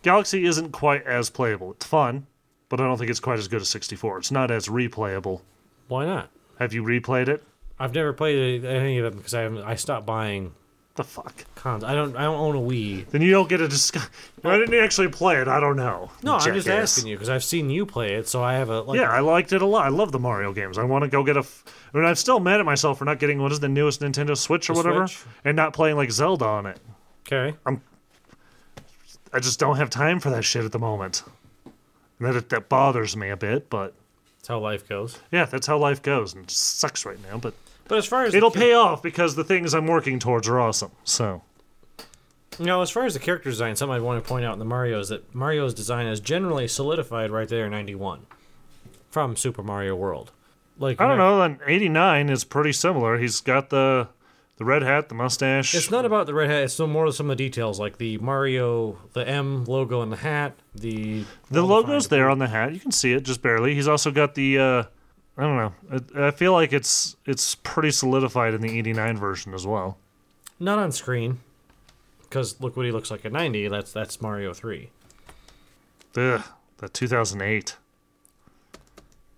[SPEAKER 2] Galaxy isn't quite as playable. It's fun, but I don't think it's quite as good as 64. It's not as replayable.
[SPEAKER 1] Why not?
[SPEAKER 2] Have you replayed it?
[SPEAKER 1] I've never played any of them because I haven't- I stopped buying
[SPEAKER 2] The fuck.
[SPEAKER 1] cons. I don't I don't own a Wii.
[SPEAKER 2] Then you don't get to discuss. Why didn't you actually play it? I don't know.
[SPEAKER 1] No, I'm just
[SPEAKER 2] Jackass.
[SPEAKER 1] asking you because I've seen you play it, so I have a like.
[SPEAKER 2] Yeah, I liked it a lot. I love the Mario games. I want to go get a. F- I mean, I'm still mad at myself for not getting what is the newest Nintendo Switch or
[SPEAKER 1] The
[SPEAKER 2] whatever,
[SPEAKER 1] Switch?
[SPEAKER 2] and not playing like Zelda on it.
[SPEAKER 1] Okay.
[SPEAKER 2] I just don't have time for that shit at the moment. And that that bothers me a bit, but
[SPEAKER 1] That's how life goes.
[SPEAKER 2] yeah, that's how life goes, and it sucks right now. But
[SPEAKER 1] But as far as the
[SPEAKER 2] it'll
[SPEAKER 1] cha-
[SPEAKER 2] pay off because the things I'm working towards are awesome. So
[SPEAKER 1] Now, as far as the character design, something I want to point out in the Mario is that Mario's design is generally solidified right there in '91 from Super Mario World. Like
[SPEAKER 2] I don't know. Then '89 is pretty similar. He's got the the red hat, the mustache.
[SPEAKER 1] It's not about the red hat. It's still more of some of the details, like the Mario, the M logo in the hat, the
[SPEAKER 2] The logo's there on the hat. You can see it just barely. He's also got the uh I don't know. I, I feel like it's it's pretty solidified in the 89 version as well.
[SPEAKER 1] not on screen, because look what he looks like at 90. That's that's Mario 3.
[SPEAKER 2] Ugh, the 2008.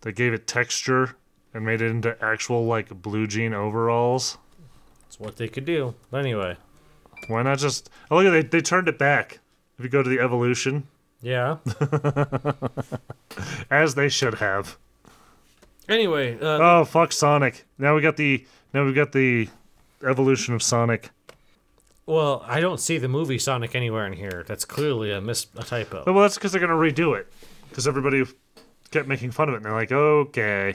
[SPEAKER 2] They gave it texture and made it into actual like blue jean overalls.
[SPEAKER 1] That's what they could do. But anyway,
[SPEAKER 2] Why not just Oh look at they they turned it back. If you go to the evolution,
[SPEAKER 1] yeah.
[SPEAKER 2] as they should have.
[SPEAKER 1] anyway, uh,
[SPEAKER 2] Oh fuck Sonic. Now we got the now we got the evolution of Sonic.
[SPEAKER 1] well, I don't see the movie Sonic anywhere in here. That's clearly a mis a typo.
[SPEAKER 2] Well, that's because they're going to redo it. Because everybody kept making fun of it, and they're like, okay.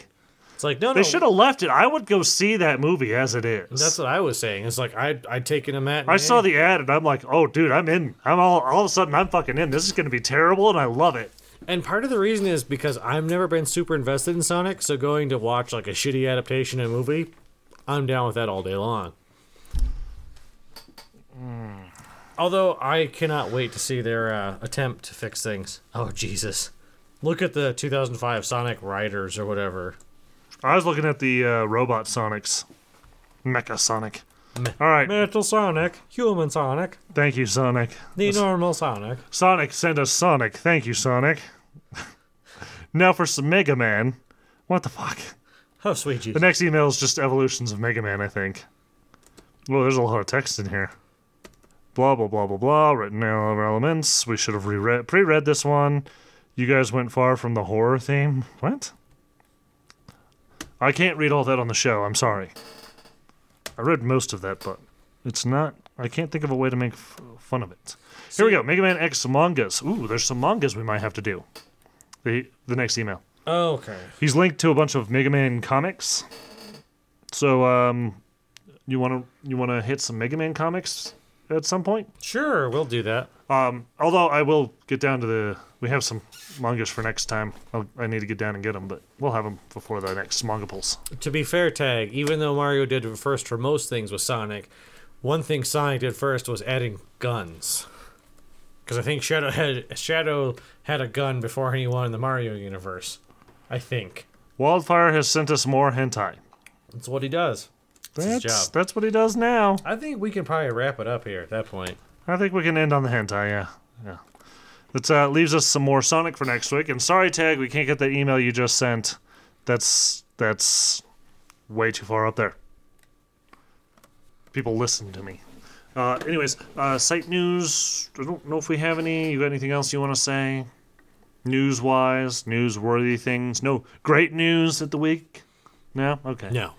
[SPEAKER 1] It's like no, no.
[SPEAKER 2] They should have left it. I would go see that movie as it is.
[SPEAKER 1] Oh. That's what I was saying. It's like I I taken a mat.
[SPEAKER 2] I saw the ad, and I'm like, oh, dude, I'm in. I'm all, all of a sudden, I'm fucking in. This is going to be terrible, and I love it.
[SPEAKER 1] and part of the reason is because I've never been super invested in Sonic, so going to watch like a shitty adaptation of a movie, I'm down with that all day long.
[SPEAKER 2] Hmm.
[SPEAKER 1] Although I cannot wait to see their uh, attempt to fix things. Oh Jesus! Look at the 2005 Sonic Riders or whatever.
[SPEAKER 2] I was looking at the uh, Robot Sonics. Mecha Sonic. all right.
[SPEAKER 1] Metal Sonic, Human Sonic,
[SPEAKER 2] Thank you, Sonic.
[SPEAKER 1] the normal Sonic.
[SPEAKER 2] Sonic, send us Sonic. Thank you, Sonic. now for some Mega Man. What the fuck?
[SPEAKER 1] Oh sweet
[SPEAKER 2] The
[SPEAKER 1] Jesus!
[SPEAKER 2] next email is just evolutions of Mega Man, I think. Well, there's a lot of text in here. Blah blah blah blah blah. Written down all of our elements. We should have reread pre-read this one. You guys went far from the horror theme. What? I can't read all that on the show. I'm sorry. I read most of that, but it's not. I can't think of a way to make f- fun of it. Here we go. Mega Man X mangas. Ooh, there's some mangas we might have to do. The the next email.
[SPEAKER 1] Oh, okay.
[SPEAKER 2] He's linked to a bunch of Mega Man comics. So um you want to you want to hit some Mega Man comics at some point?
[SPEAKER 1] Sure, we'll do that.
[SPEAKER 2] Um although I will get down to the we have some mangas for next time. I'll, I need to get down and get them, but we'll have them before the next manga pulse.
[SPEAKER 1] to be fair, Tag, even though Mario did it first for most things with Sonic, one thing Sonic did first was adding guns. Because I think Shadow had Shadow had a gun before anyone in the Mario universe. I think
[SPEAKER 2] Wildfire has sent us more hentai.
[SPEAKER 1] that's what he does. It's his
[SPEAKER 2] That's
[SPEAKER 1] job.
[SPEAKER 2] that's what he does now.
[SPEAKER 1] I think we can probably wrap it up here at that point.
[SPEAKER 2] I think we can end on the hentai. Yeah, yeah. That uh, leaves us some more Sonic for next week. And sorry, Tag, we can't get that email you just sent. That's that's way too far up there. People listen to me. Uh, anyways, uh, site news. I don't know if we have any. You got anything else you want to say? News wise, newsworthy things. No great news at the week. No. Okay.
[SPEAKER 1] No.